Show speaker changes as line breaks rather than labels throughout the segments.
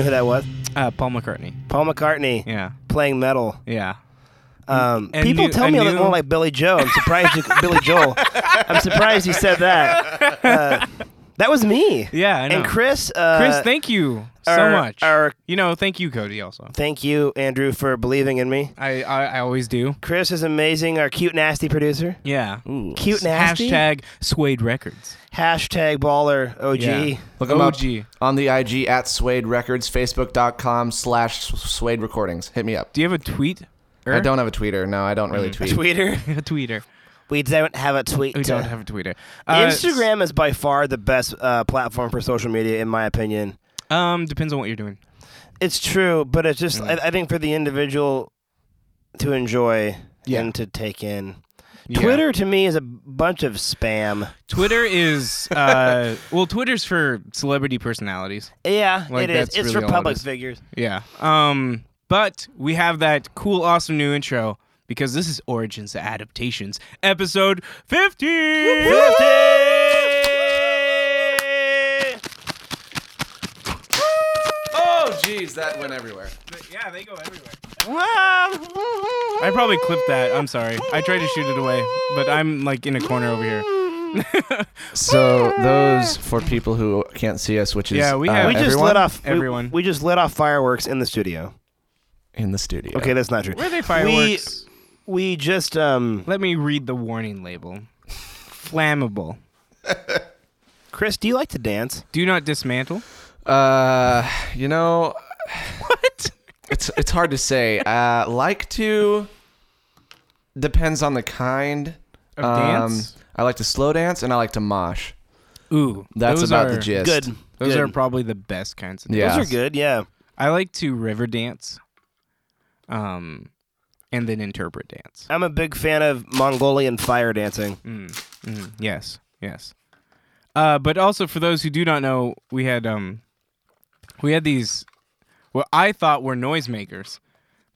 that was?
Uh, Paul McCartney.
Paul McCartney
Yeah.
playing metal.
Yeah.
Um,
And
people
knew-
tell
I
me I look
knew-
more like Billy Joe. I'm surprised you, Billy Joel. I'm surprised you said that. Uh, that was me.
Yeah, I know.
And Chris. Uh,
Chris, thank you so
our-
much.
our-
you know, thank you, Cody. Also,
thank you, Andrew, for believing in me.
I I, I always do.
Chris is amazing. Our cute nasty producer.
Yeah.
Cute nasty.
Hashtag Suede Records.
Hashtag baller OG.
Yeah.
Look 'em
OG.
up on the IG at Suede Records, Facebook.com slash Suede Recordings. Hit me up.
Do you Mm. have a tweet?
I don't have a tweeter. No, I don't really tweet.
Twitter.
a tweeter.
We don't have a tweet.
We don't
uh,
have a tweeter.
Instagram is by far the best uh, platform for social media, in my opinion.
s- Um, depends on what you're doing.
It's true, but it's just
Mm.
I, I think for the individual to enjoy
Yeah.
and to take in.
Yeah.
Twitter to me is a bunch of spam.
Twitter is uh, well, Twitter's for celebrity personalities.
Yeah,
Like,
it is.
that's
It's for
really all it
public
is.
figures.
Yeah. Um, but we have that cool, awesome new intro because this is Origins to Adaptations, episode 50. 50!
Oh, jeez, that went everywhere.
Yeah, they go everywhere. I probably clipped that. I'm sorry. I tried to shoot it away, but I'm like in a corner over here.
So those for people who can't see us, which is
Yeah, we
uh,
have-
We just
everyone
lit off we-
Everyone.
We, just lit off fireworks in the studio.
in the studio.
Okay, that's not true.
Where are they fireworks?
We we just um
Let me read the warning label. Flammable.
Chris, do you like to dance?
Do not dismantle.
Uh, you know,
What?
it's it's hard to say. Uh, like to depends on the kind Um,
Of dance?
I like to slow dance and I like to mosh.
Ooh,
That's
those
about
are,
the gist.
Good.
Those
Good.
are probably the best kinds of.
Yeah.
Those are good, yeah.
I like to river dance, um, and then interpret dance.
I'm a big fan of Mongolian fire dancing.
Mm, yes, yes. Uh, but also for those who do not know, we had um, we had these, what I thought were noisemakers,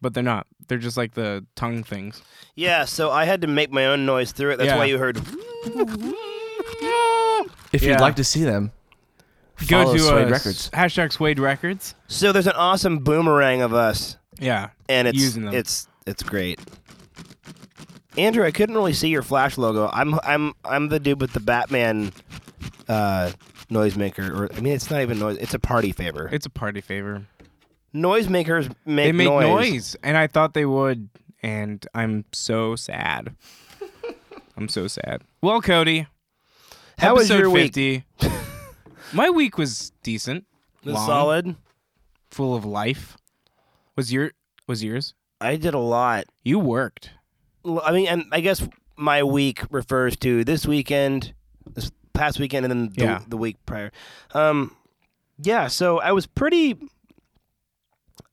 but they're not. They're just like the tongue things.
Yeah, so I had to make my own noise through it. That's
Yeah.
why you heard
If
Yeah.
you'd like to see them, follow Suede Records.
uh, hashtag Suede Records.
So there's an awesome boomerang of us
Yeah,
and it's
using them.
it's it's great. Andrew, I couldn't really see your flash logo. I'm I'm I'm the dude with the Batman uh noisemaker or I mean it's not even noise, it's a party favor.
it's a party favor.
Noisemakers make,
They make
noise.
noise, and I thought they would, and I'm so sad. I'm so sad. Well, Cody,
How was
episode
your week?
50. My week was decent.
Was
long,
solid.
Full of life. Was your was yours?
I did a lot.
You worked.
L- I mean, and I guess my week refers to this weekend, this past weekend, and then the,
Yeah.
the week prior. Um, yeah, so I was pretty,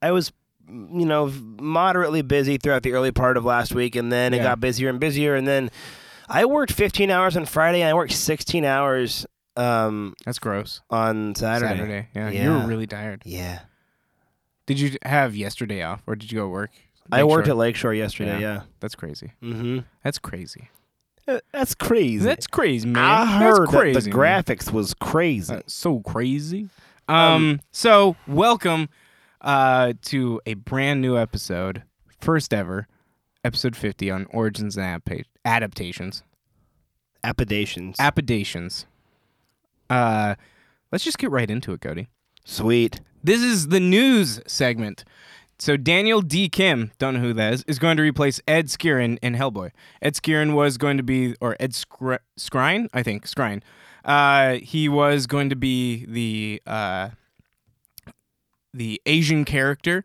I was, you know, moderately busy throughout the early part of last week, and then it
Yeah.
got busier and busier, and then I worked 15 hours on Friday, and I worked 16 hours um,
That's gross.
on Saturday.
Saturday. Yeah, You
Yeah.
were really tired.
Yeah.
Did you have yesterday off or did you go work?
I worked
Lakeshore?
at Lakeshore yesterday, yeah.
That's crazy.
Mm-hmm.
That's crazy.
That's crazy.
That's crazy, man.
I
That's
heard
crazy,
that the
man.
graphics was crazy.
Uh, so crazy. Um, so welcome uh to a brand new episode, first ever, episode 50 on origins and adapta- adaptations.
Appedations.
Appedations. Uh let's just get right into it, Cody.
Sweet.
This is the news segment. So Daniel D. Kim, don't know who that is, is going to replace Ed Skirin in Hellboy. Ed Skirin was going to be, or Ed Skri- Skrine, I think Skrine. Uh, he was going to be the uh, the Asian character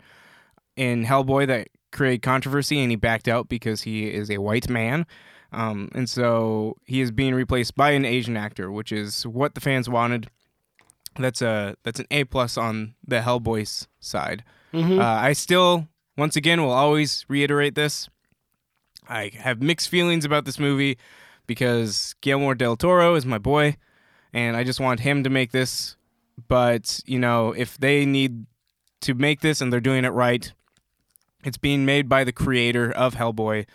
in Hellboy that created controversy, and he backed out because he is a white man. Um, and so he is being replaced by an Asian actor, which is what the fans wanted that's a that's an A plus on the Hellboy's side.
Mm-hmm.
Uh, I still, once again, will always reiterate this. I have mixed feelings about this movie because Guillermo del Toro is my boy, and I just want him to make this. But you know, if they need to make this and they're doing it right, it's being made by the creator of Hellboy.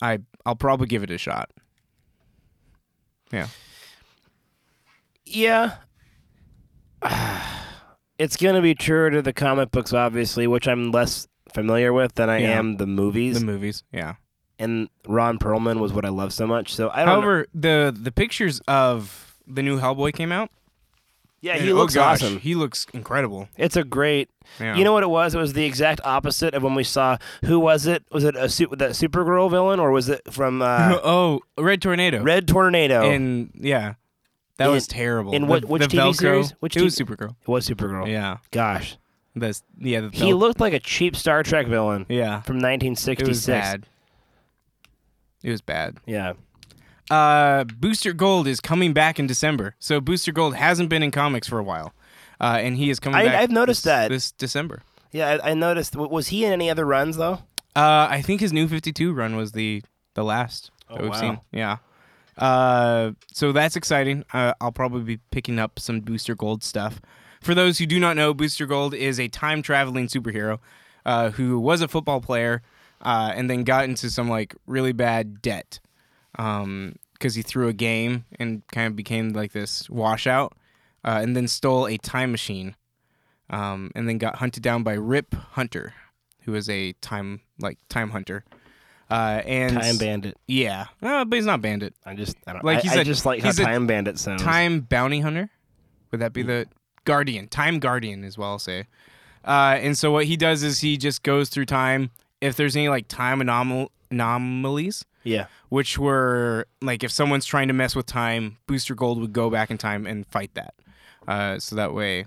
I I'll probably give it a shot. Yeah.
Yeah. it's going to be truer to the comic books, obviously, which I'm less familiar with than I
Yeah.
am the movies.
The movies, yeah.
and Ron Perlman was what I love so much. So I don't. know.
However, the the pictures of the new Hellboy came out.
yeah,
and,
he
oh
looks
gosh,
awesome.
He looks incredible.
It's a great.
Yeah.
You know what it was? It was the exact opposite of when we saw who was it? Was it a su- that Supergirl villain or was it from uh,
oh, Red Tornado.
Red Tornado?
And yeah, that
In-
was terrible.
in
The-
what- which
the
TV
Velcro,
series? Which
it was
TV
Supergirl.
it was Supergirl.
Yeah,
Gosh,
that's yeah. The
he
Vel-
looked like a cheap Star Trek villain
yeah.
from
It
1966.
was bad. It was bad.
Yeah.
Uh, Booster Gold is coming back in December. So Booster Gold hasn't been in comics for a while, uh, and he is coming.
I-
back
I've noticed
this-
that.
this December.
Yeah, I, I noticed. w- Was he in any other runs though?
Uh, I think his new 52 run was the the last that we've
wow.
seen. Yeah. Uh, so that's exciting. Uh, I'll probably be picking up some Booster Gold stuff. For those who do not know, Booster Gold is a time traveling superhero uh, who was a football player uh, and then got into some like really bad debt because he threw a game and kind of became like this washout uh, and then stole a time machine um, and then got hunted down by Rip Hunter, who is a time like time hunter. Uh, and
Time Oh. Bandit.
yeah, uh, but he's not bandit.
I just I don't
Like,
like.
he's
I, I
a-
just like how
he's a
Time Bandit sounds.
Time bounty hunter. Would that be the guardian? Time guardian is what I'll say. Uh, and so what he does is he just goes through time. If there's any like time anomal- anomalies,
Yeah.
which were like if someone's trying to mess with time, Booster Gold would go back in time and fight that. Uh, so that way,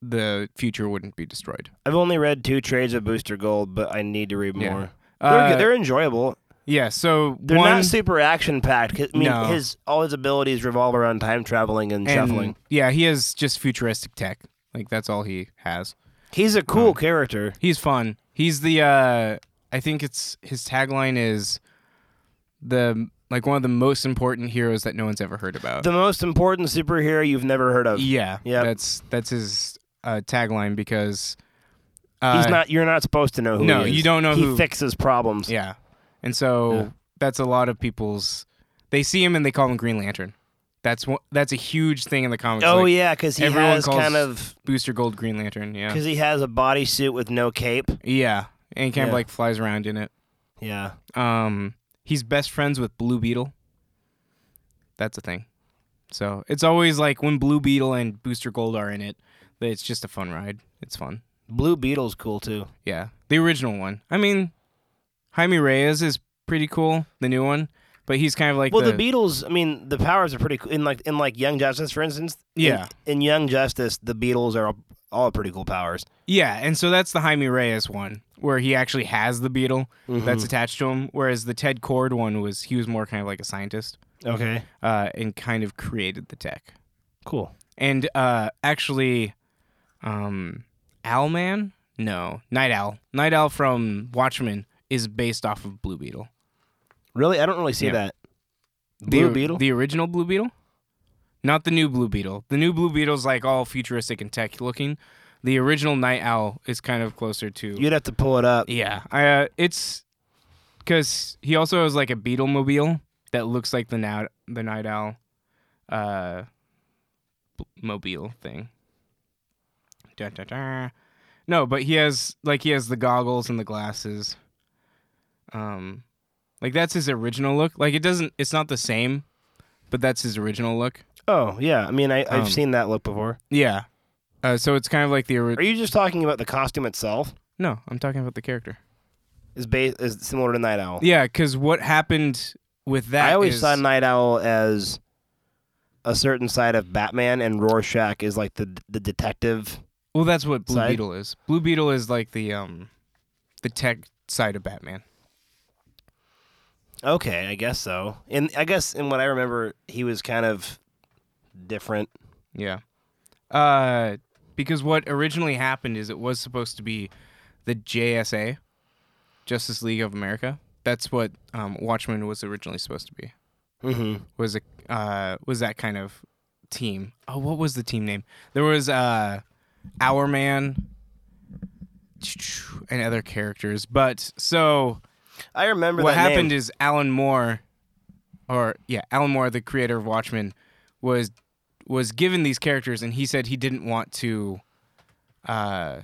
the future wouldn't be destroyed.
I've only read two trades of Booster Gold, but I need to read
Yeah.
more.
Uh,
They're, good. they're enjoyable.
Yeah. So
They're
one,
not super action packed. I mean,
No.
his all his abilities revolve around time traveling and,
and-
shuffling.
Yeah, he has just futuristic tech. Like that's all he has.
He's a cool character.
He's fun. He's the uh I think it's his tagline is the like one of the most important heroes that no one's ever heard about.
The most important superhero you've never heard of.
yeah.
Yep.
That's that's his uh tagline because uh,
He's not. You're not supposed to know who.
No,
he is.
you don't know
He
who-
fixes problems.
Yeah. And so that's a lot of people's they see him and they call him Green Lantern. That's one, that's a huge thing in the comics.
Oh
like
yeah, because he
everyone
has
calls-
kind of
Booster Gold Green Lantern, yeah.
because he has a bodysuit with no cape.
Yeah. And he kind of
Yeah.
like flies around in it.
Yeah.
Um, he's best friends with Blue Beetle. That's a thing. So it's always like when Blue Beetle and Booster Gold are in it, that it's just a fun ride. It's fun.
Blue Beetle's cool too.
Yeah, the original one. I mean, Jaime Reyes is pretty cool, the new one, but he's kind of like
Well,
the,
the, Beatles. I mean, the powers are pretty cool. In like in like Young Justice, for instance. in-
Yeah.
In, Young Justice, the Beatles are all, all pretty cool powers.
yeah, and so that's the Jaime Reyes one where he actually has the beetle that's
Mm-hmm.
attached to him, whereas the Ted Cord one was he was more kind of like a scientist
Okay.
uh, and kind of created the tech.
Cool.
And uh, actually, um, Owlman? No, Night Owl. Night Owl from Watchmen is based off of Blue Beetle.
Really, I don't really see
Yeah.
that.
The-
Blue Beetle.
The original Blue Beetle? Not the new Blue Beetle. The new Blue Beetle's like all futuristic and tech looking. The original Night Owl is kind of closer to.
You'd have to pull it up.
yeah. I, uh, it's because he also has like a Beetle mobile that looks like the, now, the Night Owl uh, b- mobile thing. Da, da, da. No, but he has like he has the goggles and the glasses. Um, like that's his original look. Like it doesn't. It's not the same, but that's his original look.
Oh yeah. I mean, I, I've
Um,
seen that look before.
Yeah. Uh, so it's kind of like the
Are
original.
you just talking about the costume itself?
No, I'm talking about the character.
Is ba- is similar to Night Owl?
Yeah, because what happened with that?
I always
is-
saw Night Owl as a certain side of Batman, and Rorschach is like the the detective.
Well, that's what Blue
Side?
Beetle is. Blue Beetle is like the um, the tech side of Batman.
Okay, I guess so. And I guess in what I remember, he was kind of different.
Yeah. Uh, because what originally happened is it was supposed to be the JSA, Justice League of America. That's what um, Watchmen was originally supposed to be.
Mm-hmm.
Was a uh, was that kind of team? Oh, what was the team name? There was uh, Our Man and other characters. But so
I remember
what
that name.
happened is Alan Moore, or yeah, Alan Moore, the creator of Watchmen, was was given these characters, and he said he didn't want to uh,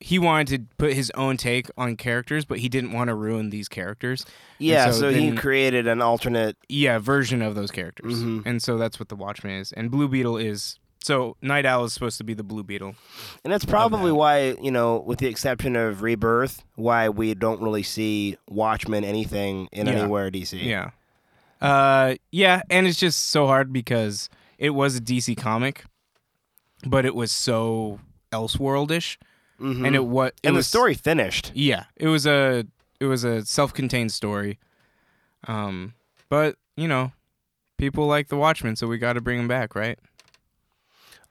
he wanted to put his own take on characters, but he didn't want to ruin these characters. And
Yeah, so, he
then-
created an alternate.
yeah version of those characters,
Mm-hmm.
and so that's what the Watchman is, and Blue Beetle is. So Night Owl is supposed to be the Blue Beetle.
And that's probably why, you know, with the exception of Rebirth, why we don't really see Watchmen anything in
Yeah.
anywhere DC.
Yeah. Uh, yeah, and it's just so hard because it was a DC comic, but it was so elseworldish, and it what it
Mm-hmm. And
was
the story finished.
Yeah, it was a it was a self-contained story, um, but you know, people like the Watchmen, so we got to bring them back, right?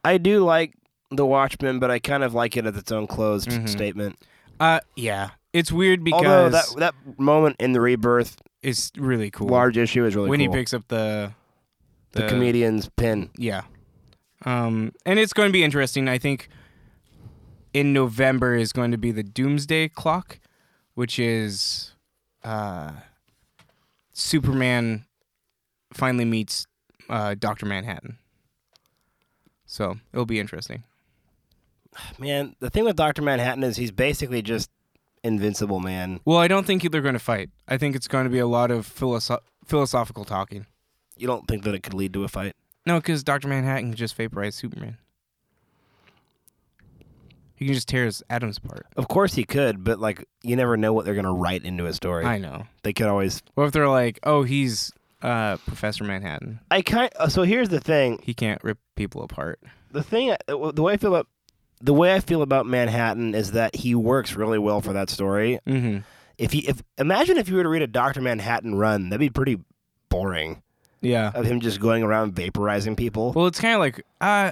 I do like The Watchmen, but I kind of like it as its own closed
Mm-hmm.
statement.
Uh, yeah, it's weird
Although
because
that that moment in the Rebirth
it's really cool
large issue is really
when
cool.
he picks up the
the, comedian's pin.
Yeah. Um, and it's going to be interesting. I think in November is going to be the Doomsday Clock, which is uh, Superman finally meets uh, Dr. Manhattan. So it'll be interesting.
Man, the thing with Doctor Manhattan is he's basically just invincible, man.
Well, I don't think they're going to fight. I think it's going to be a lot of philosoph- philosophical talking.
You don't think that it could lead to a fight?
No, because Dr. Manhattan can just vaporize Superman. He can just tear his atoms apart.
Of course he could, but like you never know what they're gonna write into a story.
I know.
They could always.
What if they're like, oh, he's uh, Professor Manhattan.
I kind. uh, So here's the thing.
He can't rip people apart.
The thing. uh, The way I feel about. The way I feel about Manhattan is that he works really well for that story.
Mm-hmm.
If he, if imagine if you were to read a Doctor Manhattan run, that'd be pretty boring.
Yeah.
Of him just going around vaporizing people.
Well, it's kind of like, uh,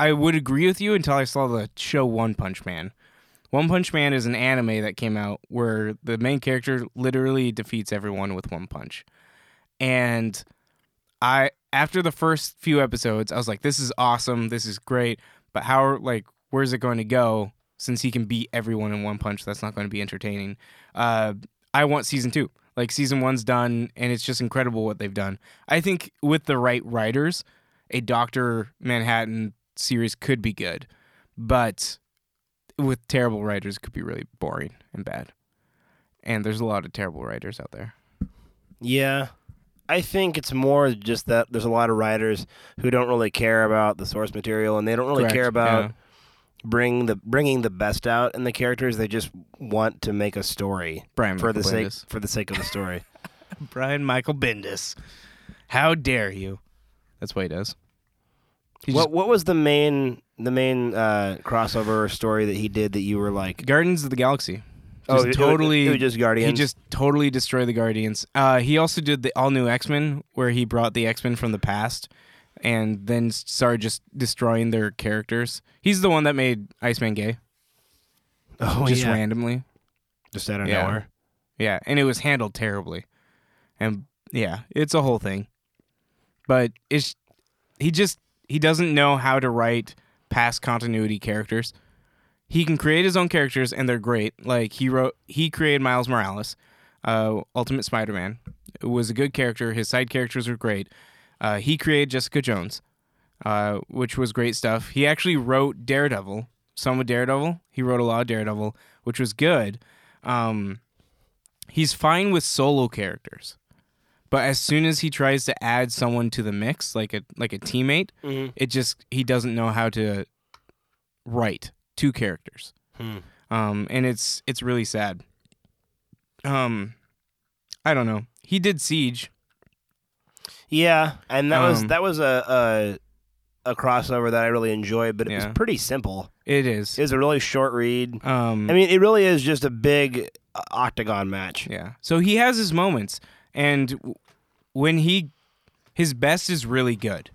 I would agree with you until I saw the show One Punch Man. One Punch Man is an anime that came out where the main character literally defeats everyone with one punch. And I, after the first few episodes, I was like, this is awesome. This is great. But how, like, where's it going to go since he can beat everyone in one punch? That's not going to be entertaining. Uh, I want season two. Like, season one's done, and it's just incredible what they've done. I think with the right writers, a Doctor Manhattan series could be good, but with terrible writers, it could be really boring and bad. And there's a lot of terrible writers out there.
Yeah. I think it's more just that there's a lot of writers who don't really care about the source material and they don't really
Correct,
care about
yeah.
bring the bringing the best out in the characters. They just want to make a story
Brian
for the
Michael
sake
Bendis.
for the sake of the story.
Brian Michael Bendis, how dare you? That's what he does. He
what what was the main the main uh, crossover story that he did that you were like
just- Guardians of the Galaxy.
Oh,
Just
it- it-
totally.
it was just Guardians?
He just totally destroyed the Guardians. Uh, he also did the all new X Men, where he brought the X Men from the past, and then s- started just destroying their characters. He's the one that made Iceman gay,
oh
just
yeah.
randomly.
just out of
Yeah.
nowhere.
Yeah, and it was handled terribly. And yeah, it's a whole thing. But it's he just he doesn't know how to write past continuity characters. He can create his own characters and they're great. Like he wrote he created Miles Morales, uh Ultimate Spider-Man. It was a good character. His side characters were great. Uh, he created Jessica Jones, uh, which was great stuff. He actually wrote Daredevil, some of Daredevil. He wrote a lot of Daredevil, which was good. Um, he's fine with solo characters. But as soon as he tries to add someone to the mix, like a like a teammate, it just he doesn't know how to write two characters. Um, and it's it's really sad. Um, I don't know. He did Siege.
Yeah, and that was
Um,
that was a, a a crossover that I really enjoyed, but it
Yeah.
was pretty simple.
It is.
It was a really short read.
Um,
I mean, it really is just a big uh, octagon match.
Yeah. So he has his moments, and w- when he his best is really good.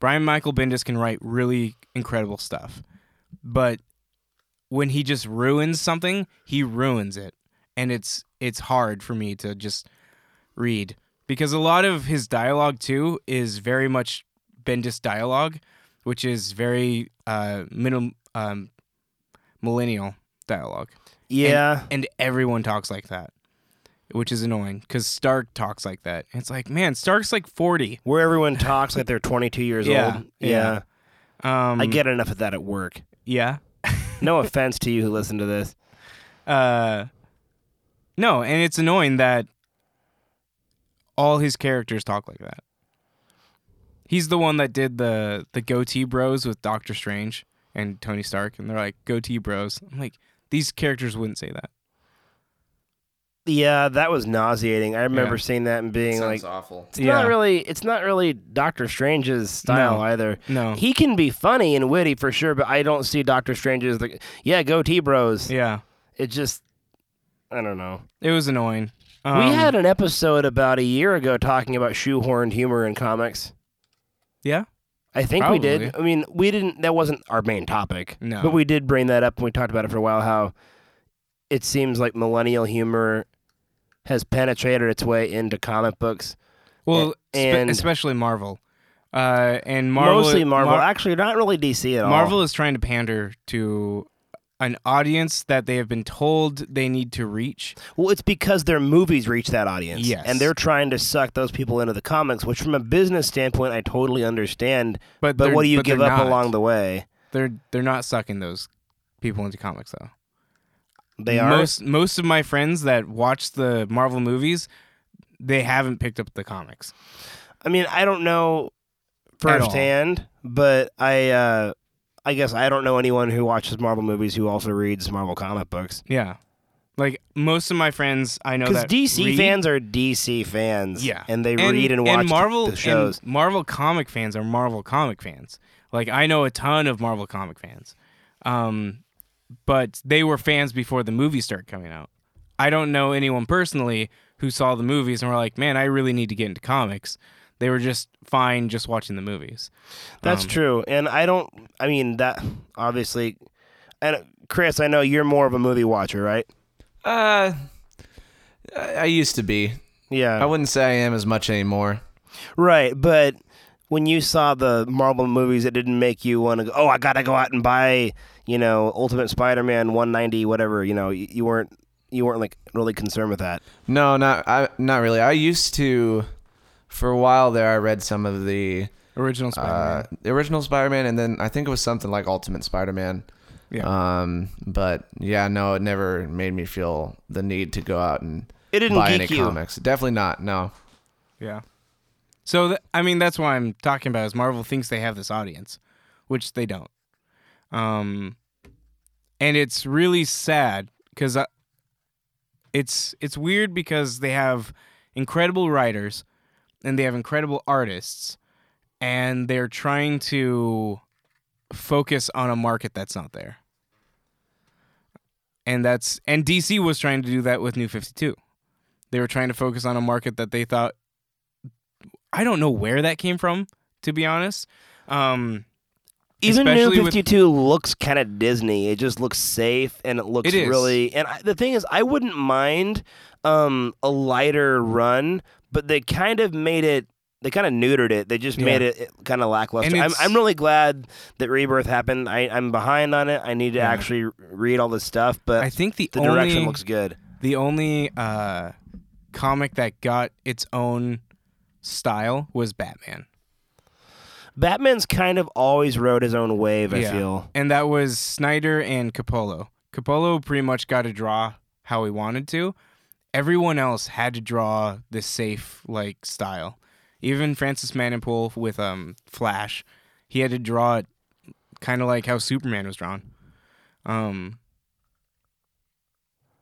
Brian Michael Bendis can write really incredible stuff, but when he just ruins something, he ruins it, and it's it's hard for me to just read because a lot of his dialogue too is very much Bendis dialogue, which is very uh, middle um, millennial dialogue.
Yeah.
And everyone talks like that, which is annoying because Stark talks like that. It's like, man, Stark's like 40.
where everyone talks like they're 22 years
Yeah,
old.
yeah.
Yeah.
Um,
I get enough of that at work.
Yeah.
no offense to you who listen to this.
Uh, no, and it's annoying that all his characters talk like that. He's the one that did the the goatee bros with Doctor Strange and Tony Stark, and they're like goatee bros. I'm like, these characters wouldn't say that.
Yeah, that was nauseating. I remember
Yeah.
seeing that and being
Sounds
like,
awful.
it's not really, it's not really Doctor Strange's style
No.
either.
No.
He can be funny and witty for sure, but I don't see Doctor Strange as the yeah goatee bros.
yeah,
It just, I don't know.
it was annoying. Um,
we had an episode about a year ago talking about shoehorned humor in comics.
yeah.
I think we did. I
Probably.
mean, we didn't. That wasn't our main topic.
No.
But we did bring that up, and we talked about it for a while. How it seems like millennial humor has penetrated its way into comic books, A-
Well, spe-
and-
especially Marvel, uh, and Marvel
mostly Marvel.
Mar-
Actually, not really DC at all.
Marvel is trying to pander to an audience that they have been told they need to reach.
Well, it's because their movies reach that audience.
Yes.
And they're trying to suck those people into the comics, which from a business standpoint, I totally understand.
But
But
they're-
what do you
but
give
they're
up
not.
along the way?
They're they're not sucking those people into comics though.
They are.
most most of my friends that watch the Marvel movies, they haven't picked up the comics.
I mean, I don't know
all.
firsthand, but I uh, I guess I don't know anyone who watches Marvel movies who also reads Marvel comic books.
Yeah, like most of my friends I know
Because
that
DC
read-
fans are DC fans,
yeah,
and they read and watch
Marvel
the shows.
And Marvel comic fans are Marvel comic fans. Like I know a ton of Marvel comic fans, um, but they were fans before the movies started coming out. I don't know anyone personally who saw the movies and were like, "Man, I really need to get into comics." They were just fine just watching the movies.
That's
um,
true, and I don't. I mean, that obviously. And Chris, I know you're more of a movie watcher, right?
Uh, I I used to be. I
Yeah,
wouldn't say I am as much anymore.
right. But when you saw the Marvel movies, it didn't make you want to go. Oh, I gotta go out and buy, you know, Ultimate Spider-Man 190, whatever. You know, you, you weren't you weren't like really concerned with that.
No, not I. Not really. I used to. For a while there, I read some of the
Original Spider-Man.
uh, the original Spider-Man, and then I think it was something like Ultimate Spider-Man.
Yeah.
Um, but yeah, no, it never made me feel the need to go out and
It didn't
buy
geek
any
you.
comics. Definitely not. No.
Yeah. So th- I mean, that's what I'm talking about. Is Marvel thinks they have this audience, which they don't. Um, and it's really sad because it's it's weird because they have incredible writers and they have incredible artists, and they're trying to focus on a market that's not there. And that's and DC was trying to do that with New 52. They were trying to focus on a market that they thought I don't know where that came from, to be honest. Um,
Even New
especially with-
52 looks kind of Disney. It just looks safe and it looks
It is.
really. And I, the thing is, I wouldn't mind um, a lighter run, but they kind of made it. They kind of neutered it. They just
Yeah.
made it kind of lackluster.
And
I'm,
it's-
I'm really glad that Rebirth happened. I, I'm behind on it. I need to
Yeah.
actually read all this stuff, but
I think the,
the
only
direction looks good.
the only uh, comic that got its own style was Batman.
Batman's kind of always rode his own wave, I
Yeah.
feel.
and that was Snyder and Capolo. Capolo pretty much got to draw how he wanted to. Everyone else had to draw the safe like style. Even Francis Manipul with um Flash, he had to draw it kind of like how Superman was drawn. Um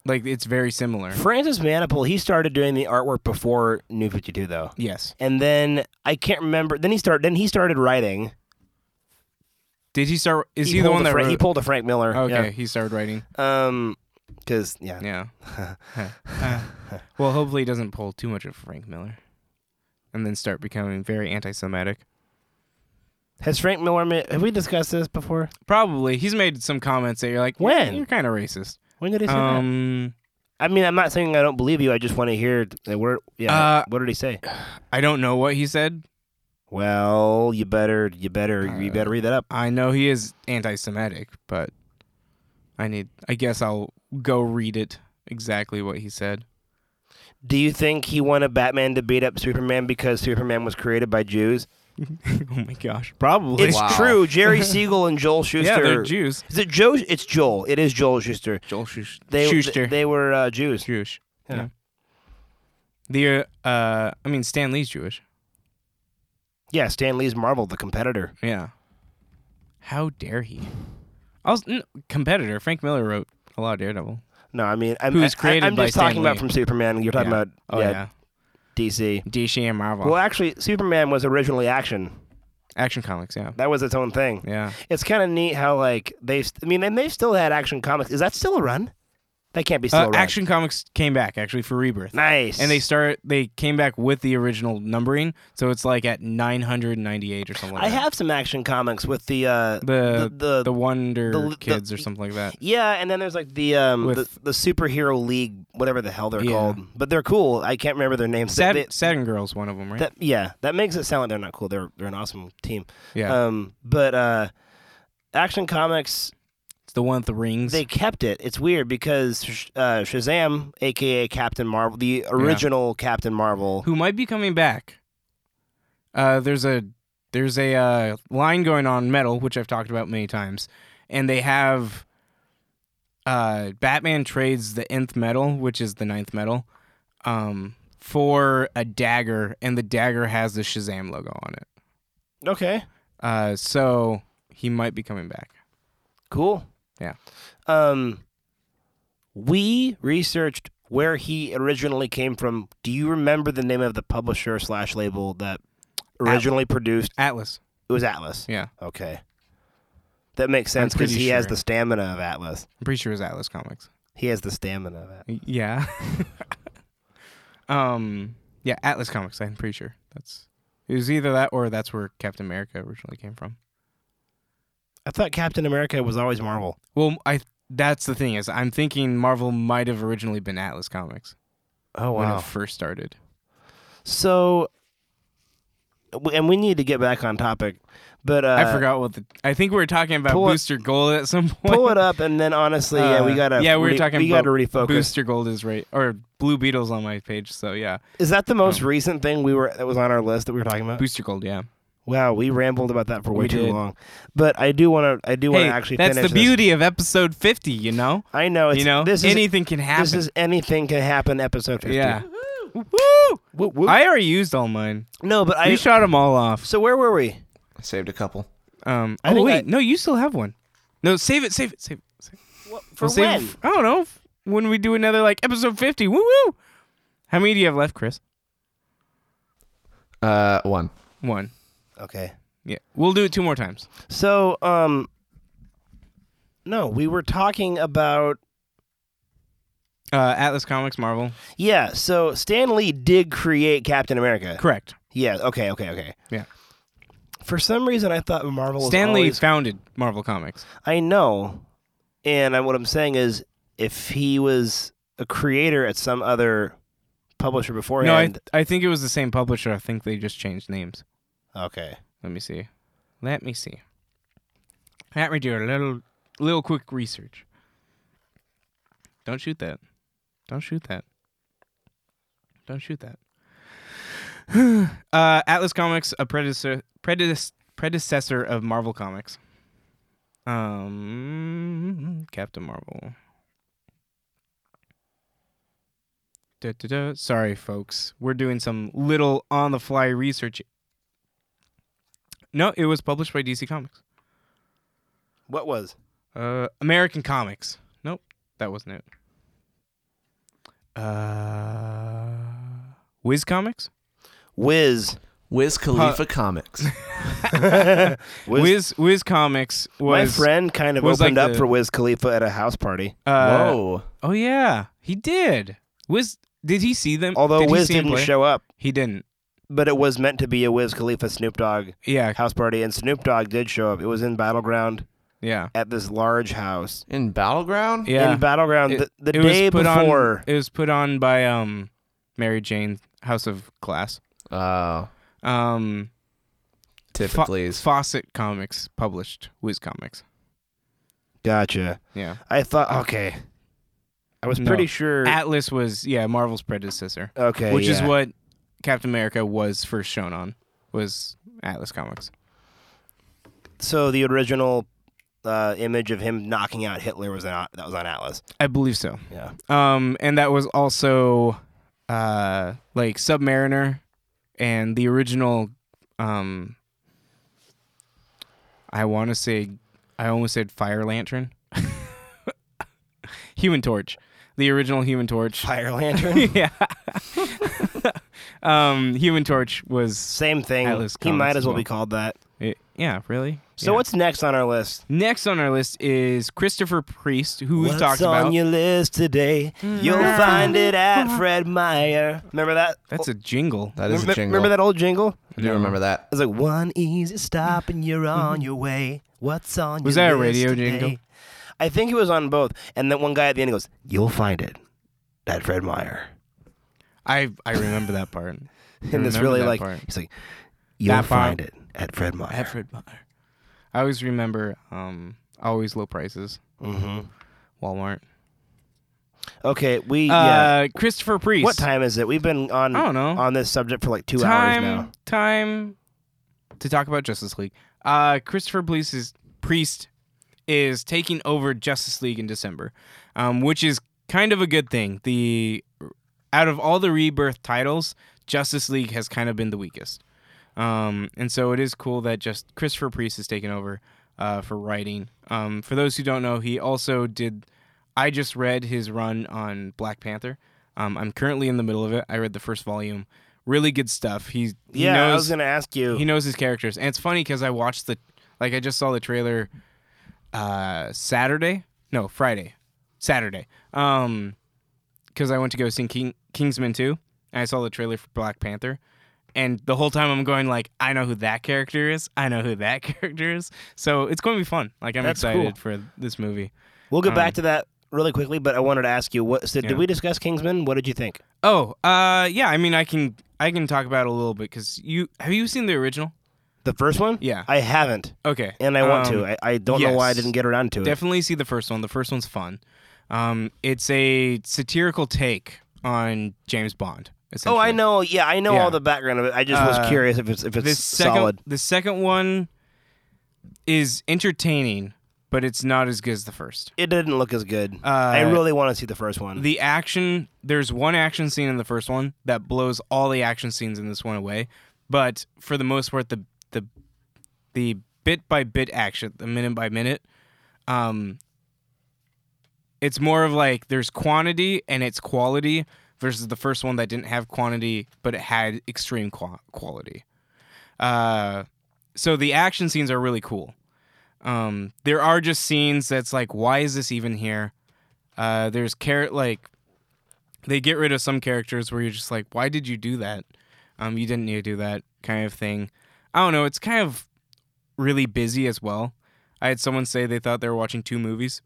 like it's very similar.
Francis Manipul, he started doing the artwork before New 52, though.
Yes.
and then I can't remember. Then he started. Then he started writing.
Did he start is he, the
pulled
one
a
that
Fra-
wrote
he pulled a Frank Miller?
Okay, he started writing.
Yeah. Um, because yeah.
Yeah. Uh, well, hopefully he doesn't pull too much of Frank Miller, and then start becoming very anti-Semitic.
Has Frank Miller? Made, have we discussed this before?
Probably he's made some comments that you're like,
When?
you're kind of racist.
When did he say that?
Um,
I mean, I'm not saying I don't believe you. I just want to hear the word. Yeah.
Uh,
what did he say?
I don't know what he said.
Well, you better, you better, you
Uh,
better read that up.
I know he is anti-Semitic, but I need. I guess I'll go read it exactly what he said.
Do you think he wanted Batman to beat up Superman because Superman was created by Jews?
oh my gosh, probably.
It's
Wow.
true. Jerry Siegel and Joel Schuster.
yeah, they're Jews.
Is it Joe? It's Joel. It is Joel Schuster.
Joel Schuster.
They,
Schuster.
They, were uh, Jews.
Jewish.
Yeah.
Yeah. The uh, uh, I mean Stan Lee's Jewish.
Yeah, Stan Lee's Marvel, the competitor.
Yeah. How dare he? I was n- competitor. Frank Miller wrote a lot of Daredevil.
No, I mean, I'm,
Who was
I-
created
I'm
by
just
Stan
talking about
Lee.
from Superman. You're talking about
Oh
yeah,
yeah.
DC.
DC and Marvel.
Well, actually, Superman was originally action.
Action Comics. Yeah.
That was its own thing.
Yeah. Uh,
It's kind of neat how like they. have I mean, and they've still had action comics. Is that still a run? That can't be still a
Uh,
run.
Action Comics came back actually for Rebirth.
Nice.
And they start. They came back with the original numbering, so it's like at 998 or something. Like
I
that.
have some action comics with the uh,
the
the- the-
the, Wonder
the- the-
Kids or something like that.
yeah, and then there's like the um
With-
the, the superhero league, whatever the hell they're
Yeah.
called. But they're cool. I can't remember their names.
Sad,
They- they-
Saturn Girls, one of them, right?
that yeah, that makes it sound like they're not cool. They're they're an awesome team.
yeah,
Um, but uh, action comics
it's the one with the rings.
they kept it. It's weird because Sh- uh, Shazam, aka Captain Marvel, the original Captain Marvel.
who might be coming back. Uh, there's a there's a uh, line going on in metal, which I've talked about many times, and they have uh, Batman trades the nth metal, which is the ninth metal, um, for a dagger, and the dagger has the Shazam logo on it.
Okay,
Uh, so he might be coming back.
cool.
Yeah.
Um, we researched where he originally came from. Do you remember the name of the publisher slash label that originally produced?
Atlas,
It was Atlas.
yeah,
Okay, that makes sense because
pretty
he has
sure.
the stamina of Atlas.
I'm pretty sure it was Atlas Comics.
He has the stamina of Atlas.
Y- Yeah. um. Yeah, Atlas Comics. I'm pretty sure that's it was either that or that's where Captain America originally came from.
I thought Captain America was always Marvel.
Well, I that's the thing is I'm thinking Marvel might have originally been Atlas Comics
Oh
when it first started.
So, w- and we need to get back on topic, but uh,
I forgot what the I think we were talking about
pull it-
Booster Gold at some point.
Pull it up, and then honestly, yeah, we
Uh,
gotta.
yeah, we were
re-
talking
We gotta
about
refocus.
Booster Gold is right or Blue Beetles on my page. So yeah,
Is that the most
Oh.
recent thing we were that was on our list that we were talking about?
Booster Gold. Yeah.
Wow, we rambled about that for way
We
too
did.
long. But I do want to. I do want
Hey,
to actually.
that's
finish
the
this.
beauty of episode 50. You know.
I know. It's,
You know,
this is
anything can happen.
This is anything can happen. Episode fifty.
Yeah.
Woo, woo.
I already used all mine.
no, but I.
you shot them all off.
so where were we?
I saved a couple.
Um.
I
oh
think
wait,
I-
no, you still have one. No, save it, save it, save it. Save it.
For
We'll save
when?
It, f- I don't know. f- When we do another like episode fifty. Woo woo. How many do you have left, Chris?
Uh, one.
One.
okay.
Yeah. We'll do it two more times.
So, um, no, we were talking about
Uh, Atlas Comics, Marvel.
yeah. So Stan Lee did create Captain America.
Correct.
Yeah. Okay. Okay. Okay.
Yeah.
For some reason, I thought Marvel. Was
Stan Lee
always-
founded Marvel Comics.
I know, and I, what I'm saying is, if he was a creator at some other publisher
No, I,
beforehand,
I think it was the same publisher. I think they just changed names.
okay.
Let me see. Let me see. Let me do a little little quick research. Don't shoot that. Don't shoot that. Don't shoot that. uh, Atlas Comics, a predecessor, predes- predecessor of Marvel Comics. Um, Captain Marvel. Da, da, da. Sorry, folks. We're doing some little on the fly research no, it was published by DC Comics.
What was?
Uh, American Comics. Nope, that wasn't it. Uh, Wiz Comics.
Wiz.
Wiz Khalifa Comics.
Wiz.
Wiz Wiz Comics
my
was.
friend kind of
was
opened
like
up
the-
for Wiz Khalifa at a house party.
uh,
Whoa.
Oh yeah, he did. Wiz. Did he see them?
Although
did he
Wiz
see him
didn't
play?
show up,
He didn't.
but it was meant to be a Wiz Khalifa Snoop Dogg
Yeah.
house party, and Snoop Dogg did show up. It was in Battleground
Yeah.
at this large house.
In Battleground?
Yeah.
In Battleground,
It-
the, the
it
day
was put
before.
on. It was put on by um, Mary Jane House of Glass.
Oh,
Um, Fo-
typically is.
Fawcett Comics published Wiz Comics.
Gotcha.
Yeah.
I thought, okay. I was
No.
pretty sure.
Atlas was yeah Marvel's predecessor,
okay.
which is
yeah.
what Captain America was first shown on was Atlas Comics.
So the original uh, image of him knocking out Hitler was not that was on Atlas.
I believe so.
Yeah.
Um, and that was also uh, like Submariner and the original. Um, I want to say, I almost said Fire Lantern. Human Torch, the original Human Torch.
Fire Lantern.
yeah. um, Human Torch was
Same thing.
Atlas
he
Comics
might
as
as well,
well.
be called that.
yeah, really.
So
Yeah.
what's next on our list?
next on our list is Christopher Priest, who we've
What's
talked
on
about. Mm-hmm.
your list today? You'll find it at Fred Meyer. Remember that?
That's a jingle.
That is a
Remember-
jingle.
Remember that old jingle?
I do remember that.
It's like one easy stop and you're on your way. What's on
Mm-hmm. Was
your
that a
list
radio
today?
jingle?
I think it was on both. And then one guy at the end goes, "You'll find it at Fred Meyer."
I I remember that part.
And it's
remember
really
that
like
part.
he's like, "You'll
That part.
find it at Fred Meyer."
Alfred Meyer. I always remember um always low prices.
hmm
Mm-hmm. Walmart.
Okay, we. yeah.
Uh Christopher Priest.
What time is it? We've been on
I don't know.
on this subject for like two hours
time
now.
time to talk about Justice League. Uh Christopher Priest is Priest is taking over Justice League in December. Um which is kind of a good thing. The out of all the rebirth titles, Justice League has kind of been the weakest. Um, and so it is cool that just Christopher Priest has taken over uh, for writing. Um, for those who don't know, he also did. I just read his run on Black Panther. Um, I'm currently in the middle of it. I read the first volume. Really good stuff. He, he
yeah, I
knows
was gonna ask you.
he knows his characters, and it's funny because I watched the like I just saw the trailer uh Saturday, no Friday, Saturday, um, because I went to go see King Kingsman two, and I saw the trailer for Black Panther, and the whole time I'm going like I know who that character is, I know who that character is, so it's going to be fun. Like I'm
That's
excited
cool.
for this movie.
we'll get
um,
back to that really quickly, but I wanted to ask you. What so
Yeah.
did we discuss Kingsman? What did you think?
Oh, uh, yeah, I mean I can I can talk about it a little bit because you have you seen the original?
The first one?
Yeah.
I haven't,
Okay,
and I want
Um,
to. I, I don't know why I
yes.
didn't get around to it.
Definitely see the first one. The first one's fun. Um, it's a satirical take on James Bond.
oh, I
essentially.
know. Yeah, I know
Yeah.
all the background of it. I just
Uh,
was curious if it's if it's
The second,
solid.
the second one is entertaining, but it's not as good as the first.
It didn't look as good. I really want to see the first one.
Uh, The action, there's one action scene in the first one that blows all the action scenes in this one away, but for the most part, the the the bit by bit action, the minute by minute, um, it's more of like there's quantity and it's quality versus the first one that didn't have quantity but it had extreme qua- quality. Uh, so the action scenes are really cool. Um, there are just scenes that's like, why is this even here? Uh, there's carrot like they get rid of some characters where you're just like, why did you do that? Um, you didn't need to do that kind of thing. I don't know. It's kind of really busy as well. I had someone say they thought they were watching two movies.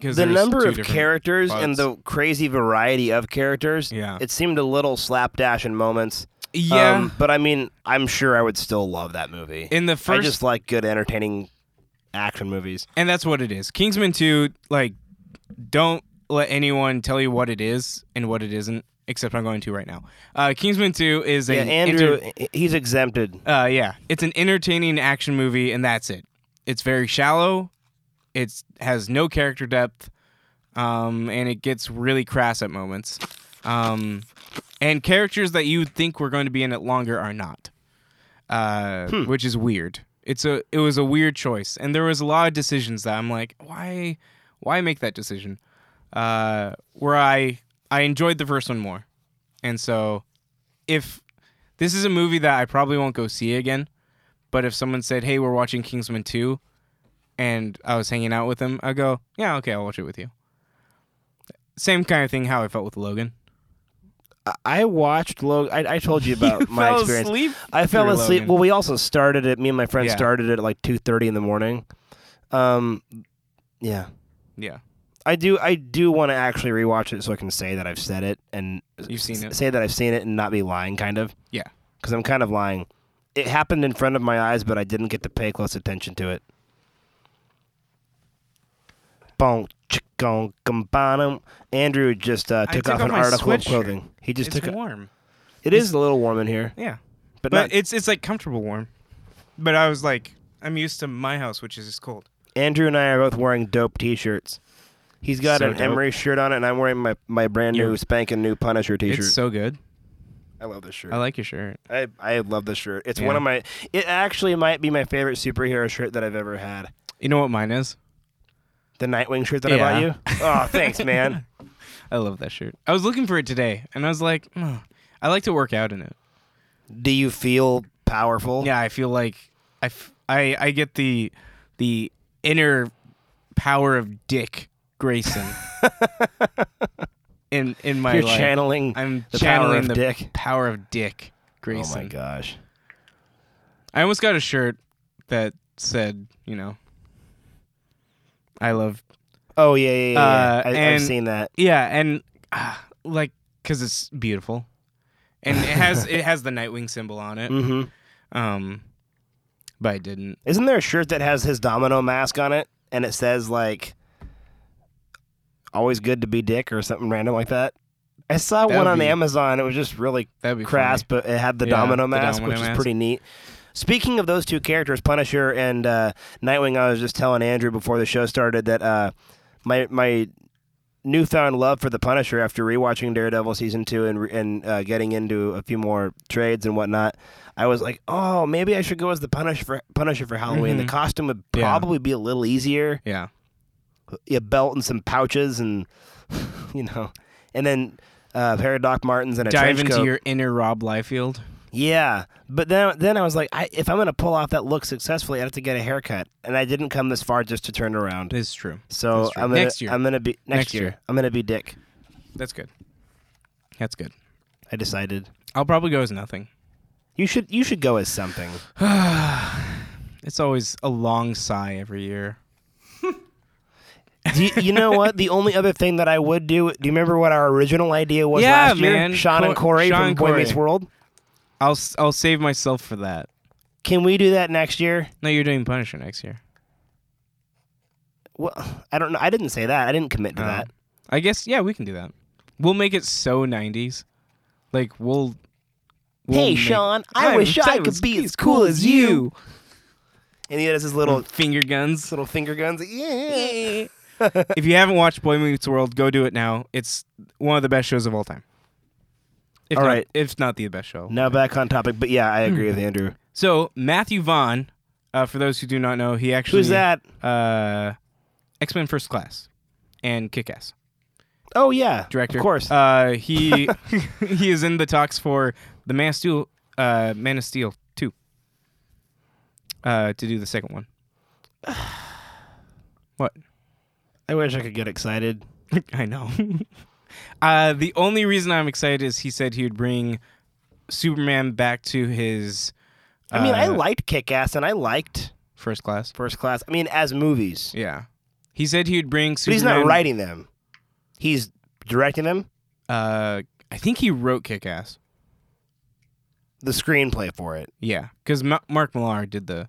'Cause
the
there's
number
two
of
different-
characters and
plots.
the crazy variety of characters,
Yeah.
it seemed a little slapdash in moments.
yeah.
Um, but I mean, I'm sure I would still love that movie.
in the
I
first,
just like good, entertaining action movies.
and that's what it is. Kingsman two, like, don't let anyone tell you what it is and what it isn't. Except I'm going to right now. Uh, Kingsman two is a
Yeah, Andrew, h- he's exempted.
Uh, yeah, it's an entertaining action movie, and that's it. It's very shallow. It has no character depth, um, and it gets really crass at moments. Um, and characters that you would think were going to be in it longer are not, uh, which is weird. It's a it was a weird choice, and there was a lot of decisions that I'm like, why, why make that decision? Uh, where I I enjoyed the first one more, and so if this is a movie that I probably won't go see again, but if someone said, "Hey, we're watching Kingsman 2," and I was hanging out with them, I go, "Yeah, okay, I'll watch it with you." Same kind of thing how I felt with Logan.
I- I watched Logan. I, I told you about my
fell
experience.
asleep
I fell
through
asleep.
Logan.
Well, we also started it. Me and my friend
Yeah.
started it at like two thirty in the morning. Um, yeah,
Yeah,
I do. I do want to actually rewatch it so I can say that I've said it and
You've seen it.
Say that I've seen it and not be lying, kind of.
Yeah.
because I'm kind of lying. It happened in front of my eyes, but I didn't get to pay close attention to it. Boom, chickong, combinum. Andrew just uh,
I
took
took
off
off
an
my
article of
sweatshirt.
clothing. He just
it's
took. A,
warm.
it is a little warm in here.
Yeah,
but,
But
not,
it's it's like comfortable warm. But I was like, I'm used to my house, which is just cold.
Andrew and I are both wearing dope T-shirts. He's got
So
an
dope.
Emery shirt on, it, and I'm wearing my, my brand new
You're-
spanking new Punisher T-shirt.
It's so good.
I love this shirt.
I like your shirt.
I, I love this shirt. It's
Yeah.
one of my. It actually might be my favorite superhero shirt that I've ever had.
You know what mine is?
The Nightwing shirt that I bought
Yeah.
you. Oh, thanks, man.
I love that shirt. I was looking for it today, and I was like, "Oh, I like to work out in it.
Do you feel powerful?
Yeah, I feel like I, f- I, I get the the inner power of Dick Grayson in in my
You're
life.
channeling.
I'm
the power
channeling
of
the
Dick.
power of Dick
oh
Grayson.
my gosh.
I almost got a shirt that said, you know, I love.
Oh yeah, yeah, yeah. yeah.
Uh,
I, I've
and-
seen that.
Yeah, and uh, like because it's beautiful, and it has it has the Nightwing symbol on it.
hmm
Um, but I didn't.
Isn't there a shirt that has his domino mask on it, and it says like, "Always good to be Dick" or something random like that? I saw
That
one
would
on
be-
Amazon. It was just really
That'd be
crass,
crass.
but it had the
Yeah,
domino
the
mask,
domino
which
mask.
is pretty neat. Speaking of those two characters, Punisher and uh, Nightwing, I was just telling Andrew before the show started that uh, my my newfound love for the Punisher after rewatching Daredevil season two and re- and uh, getting into a few more trades and whatnot, I was like, oh, maybe I should go as the Punisher for, Punisher for Halloween.
Mhm.
The costume would
Yeah.
probably be a little easier,
Yeah,
a belt and some pouches, and you know, and then. Uh, a pair of Doc Martens and a
dive
trench
into
coat.
your inner Rob Liefeld.
Yeah, but then then I was like, I, if I'm gonna pull off that look successfully, I have to get a haircut, and I didn't come this far just to turn around.
It's true.
So
that's true.
I'm gonna,
Next year.
I'm gonna be next,
Next
year.
year.
I'm gonna be Dick.
That's good. That's good.
I decided.
I'll probably go as nothing.
You should you should go as something.
It's always a long sigh every year.
do you, you know what? The only other thing that I would do. Do you remember what our original idea was
Yeah,
last year?
man.
Sean and
Co-
Corey
Sean
from
and
Boy
Corey.
Meets World.
I'll s- I'll save myself for that.
Can we do that next year?
No, you're doing Punisher next year.
Well, I don't know. I didn't say that. I didn't commit to
Oh.
that.
I guess yeah, we can do that. We'll make it so '90s, like we'll. we'll
hey,
make-
Sean, I, wish I could
was
be as cool as you. And he has his little
Finger guns.
little finger guns. Yeah.
if you haven't watched Boy Meets World, go do it now. It's one of the best shows of all time. If
All
not,
right.
if not the best show.
Now back on topic, but yeah, I agree with Andrew.
So Matthew Vaughn, uh, for those who do not know, he actually
Who's that?
Uh, X Men First Class, and Kick Ass.
Oh yeah,
director.
Of course.
Uh, he he is in the talks for the Man of Steel, uh, Man of Steel two. Uh, to do the second one. What?
I wish I could get excited.
I know. uh, the only reason I'm excited is he said he would bring Superman back to his.
I mean, I
uh,
liked Kick Ass and I liked
first class.
First Class. I mean, as movies,
Yeah, he said he would bring
but he's
Superman.
not writing them. He's directing them.
Uh, I think he wrote Kick Ass.
The screenplay for it.
Yeah, because Mark Millar did the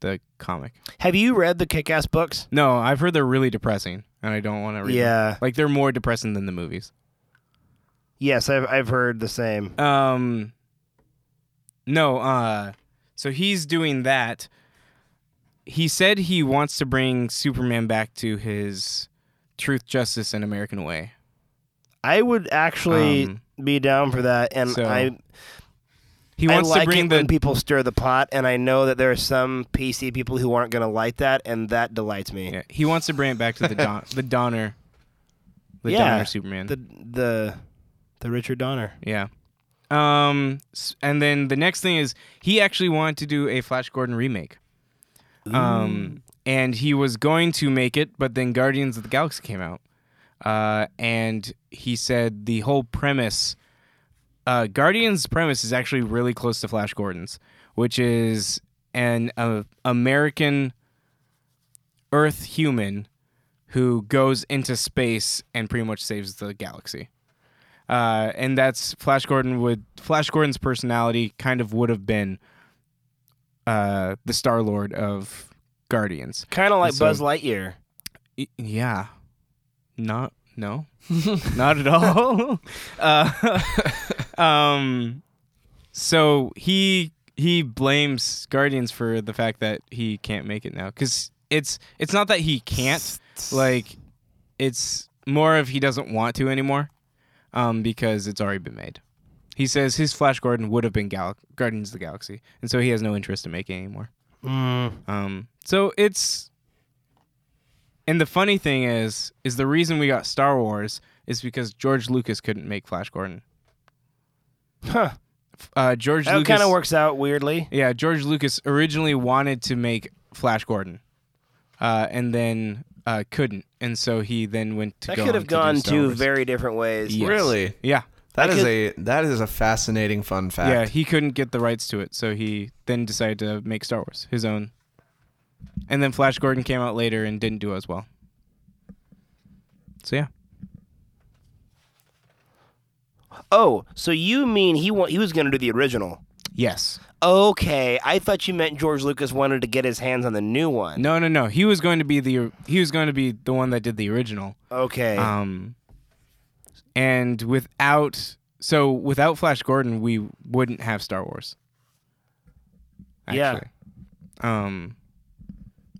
the comic.
Have you read the Kick Ass books?
No, I've heard they're really depressing, and I don't want to read. them.
Yeah.
like they're more depressing than the movies.
Yes, I've I've heard the same.
Um, no. Uh, so he's doing that. He said he wants to bring Superman back to his truth, justice, and American way.
I would actually
Um,
be down for that, and
so
I
he
I
wants
like
to bring
it
the
when people stir the pot, and I know that there are some PC people who aren't going to like that, and that delights me.
yeah, he wants to bring it back to the Don, the Donner, the
Yeah,
Donner Superman.
The the the Richard Donner.
Yeah. Um, s- and then the next thing is he actually wanted to do a Flash Gordon remake. Um, and he was going to make it, but then Guardians of the Galaxy came out. Uh, and he said the whole premise, uh, Guardians' premise is actually really close to Flash Gordon's, which is an uh, American Earth human who goes into space and pretty much saves the galaxy uh, and that's Flash Gordon would Flash Gordon's personality kind of would have been uh, the Star Lord of Guardians.
Kind of like
So-
Buzz Lightyear.
Y- yeah, not no, not at all. uh, um, so he he blames Guardians for the fact that he can't make it now because it's it's not that he can't like it's more of he doesn't want to anymore um, because it's already been made. He says his Flash Gordon would have been Gal- Guardians of the Galaxy, and so he has no interest in making it anymore.
Mm.
Um, so it's and the funny thing is is the reason we got Star Wars is because George Lucas couldn't make Flash Gordon.
Huh.
Uh, George
That
Lucas
kind of works out weirdly.
yeah, George Lucas originally wanted to make Flash Gordon, uh, and then uh, couldn't, and so he then went to.
That
go
could
on
have
to do
gone
Star
two
Wars.
very different ways.
Yes.
Really?
Yeah,
That
I
is a that is a fascinating fun fact.
yeah. He couldn't get the rights to it, so he then decided to make Star Wars his own. And then Flash Gordon came out later and didn't do as well. So yeah,
Oh, so you mean he wa- he was going to do the original?
yes.
Okay, I thought you meant George Lucas wanted to get his hands on the new one.
No, no, no. He was going to be the he was going to be the one that did the original.
Okay.
Um, and without so without Flash Gordon, we wouldn't have Star Wars.
Yeah.
Actually. Um,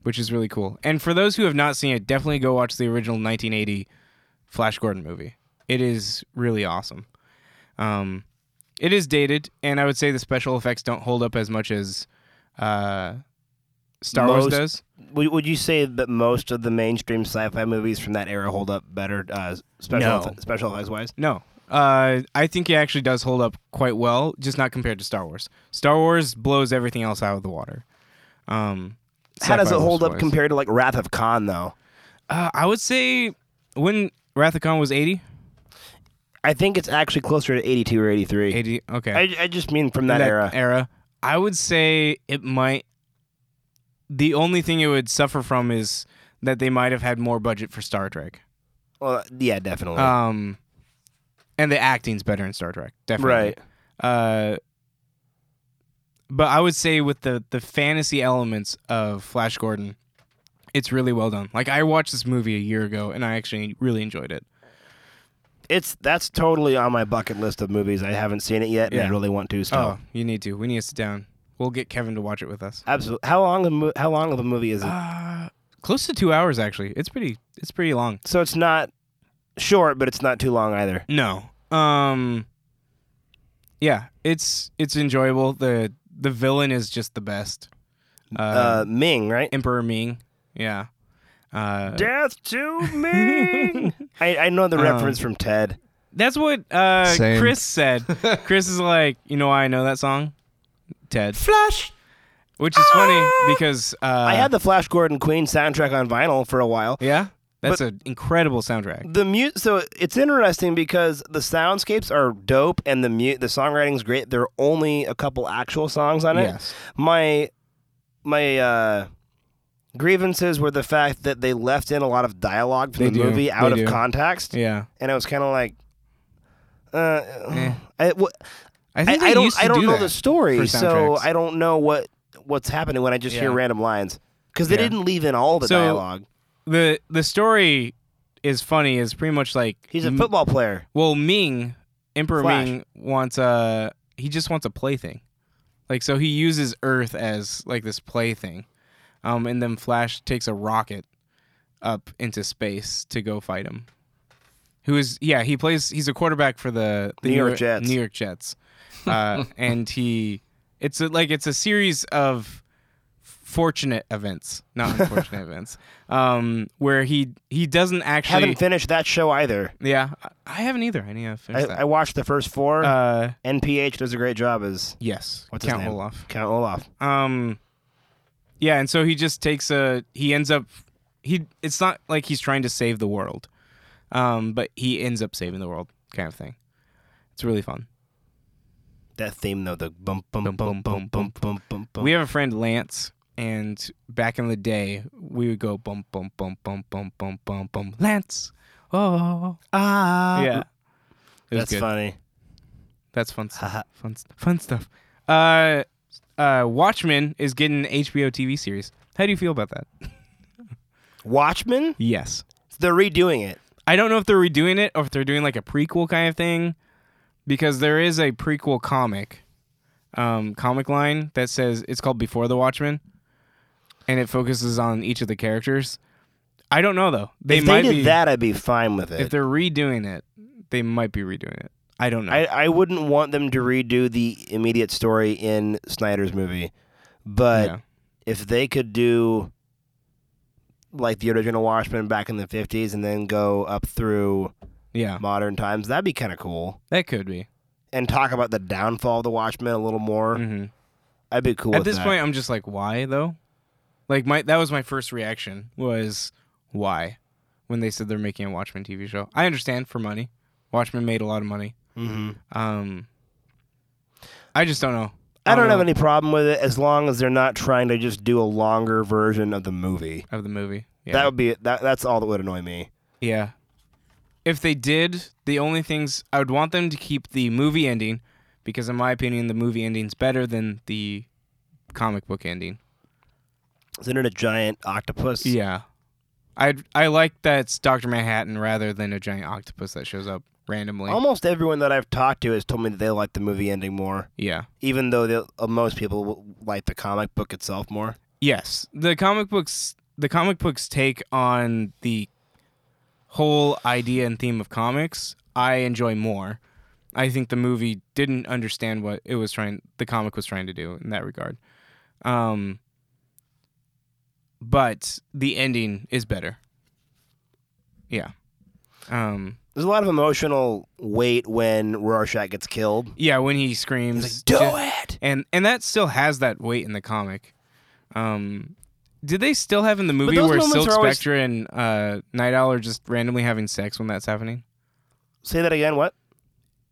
which is really cool. And for those who have not seen it, definitely go watch the original 1980 Flash Gordon movie. It is really awesome. Um, it is dated, and I would say the special effects don't hold up as much as uh, Star Wars
Most-
does.
would, would you say that most of the mainstream sci-fi movies from that era hold up better uh, special
No.
eff- special effects wise?
No. Uh, I think it actually does hold up quite well, just not compared to Star Wars. Star Wars blows everything else out of the water. Um,
How does it
sci-fi
hold up
wise.
compared to like Wrath of Khan though?
Uh, I would say when Wrath of Khan was 80?
I think it's actually closer to 82 or 83.
80, okay.
I, I just mean from that, era.
I would say it might. The only thing it would suffer from is that they might have had more budget for Star Trek.
Well, yeah, definitely.
Um, and the acting's better in Star Trek, definitely.
Right.
Uh, but I would say with the the fantasy elements of Flash Gordon, it's really well done. Like I watched this movie a year ago, and I actually really enjoyed it.
it's that's totally on my bucket list of movies. I haven't seen it yet, and
Yeah.
I really want to. So.
Oh, you need to. We need to sit down. We'll get Kevin to watch it with us.
Absolutely. How long? A mo- how long of a movie is it?
Uh, close to two hours actually. It's pretty. It's pretty long.
so it's not short, but it's not too long either.
No. Um Yeah, it's it's enjoyable. The the villain is just the best. Uh,
Uh, Ming, right?
Emperor Ming. Yeah. Uh Um,
Death to Ming. I, I know the reference from Ted.
That's what uh
Same.
Chris said. Chris is like, "You know why I know that song?" Ted.
Flash.
Which is funny because uh
Ah! I had the Flash Gordon Queen soundtrack on vinyl for a while.
Yeah. That's an incredible soundtrack.
The mu so it's interesting because the soundscapes are dope and the mu- the songwriting's great. There are only a couple actual songs on it.
Yes.
My my uh, grievances were the fact that they left in a lot of dialogue from
They
the
do.
movie out
They
of
do.
context,
Yeah.
and I was kind of like, uh,
Eh.
I, wh-
I
I,
think
I
they
don't
used to
I don't
do
know
that
the story,
for
so
soundtracks.
I don't know what what's happening when I just hear
Yeah.
random lines because they
Yeah.
didn't leave in all the
So-
dialogue.
the the story is funny is pretty much like
He's a
m-
football player.
Well, Ming, Emperor
Flash.
Ming wants a he just wants a plaything. Like so he uses Earth as like this plaything. Um and then Flash takes a rocket up into space to go fight him. Who is yeah, he plays he's a quarterback for the, the
New York Jets.
New York Jets. Uh, and he it's a, like it's a series of fortunate events, not unfortunate events. Um where he he doesn't actually
Haven't finished that show either.
yeah, I- I haven't either. I need to finish
I, I watched the first four.
that. Uh,
NPH does a great job as
yes.
What's his
Count
name?
Olaf.
Count Olaf.
Um, yeah, and so he just takes a. He ends up. He. It's not like he's trying to save the world, um, but he ends up saving the world, kind of thing. It's really fun.
That theme though, the bum bum
Bum,
bum
bum,
bum bum
bum,
bum bum bum.
We have a friend Lance, and back in the day, we would go bum bum bum bum bum bum bum bum Lance. Oh,
ah,
yeah. It was
that's
good.
funny.
That's fun stuff.
Haha.
fun, st- fun stuff. Uh, uh, Watchmen is getting an HBO TV series. How do you feel about that?
Watchmen.
Yes.
They're redoing it.
I don't know if they're redoing it or if they're doing like a prequel kind of thing because there is a prequel comic um, comic line that says it's called Before the Watchmen, and it focuses on each of the characters. I don't know though. They
if
might
they did
be
that, I'd be fine with
if
it.
they're redoing it. They might be redoing it. I don't know.
I, I wouldn't want them to redo the immediate story in Snyder's movie, but
Yeah.
if they could do like the original Watchmen back in the 50s and then go up through
yeah,
modern times, that'd be kind of cool.
that could be.
And talk about the downfall of the Watchmen a little more.
hmm
I'd be cool
At
with
this
that.
point, I'm just like, why though? Like my that was my first reaction was why when they said they're making a Watchmen TV show. I understand for money. Watchmen made a lot of money.
Mhm.
Um, I just don't know.
I don't
know
have any problem with it as long as they're not trying to just do a longer version of the movie.
of the movie. Yeah.
That would be that. That's all that would annoy me.
yeah. If they did, the only things I would want them to keep the movie ending because in my opinion the movie ending's better than the comic book ending.
Isn't it a giant octopus?
Yeah. I I like that's Dr. Manhattan rather than a giant octopus that shows up randomly.
Almost everyone that I've talked to has told me that they like the movie ending more,
yeah.
even though they, uh, most people w- like the comic book itself more.
Yes, the comic books the comic books take on the whole idea and theme of comics. I enjoy more. I think the movie didn't understand what it was trying the comic was trying to do in that regard. Um but the ending is better. Yeah. Um
There's a lot of emotional weight when Rorschach gets killed.
yeah, when he screams
Do
"Ju-
it!
and and that still has that weight in the comic. Um, did they still have in the movie
those
where
moments
Silk
are always-
Spectre and uh, Night Owl are just randomly having sex when that's happening?
Say that again. What?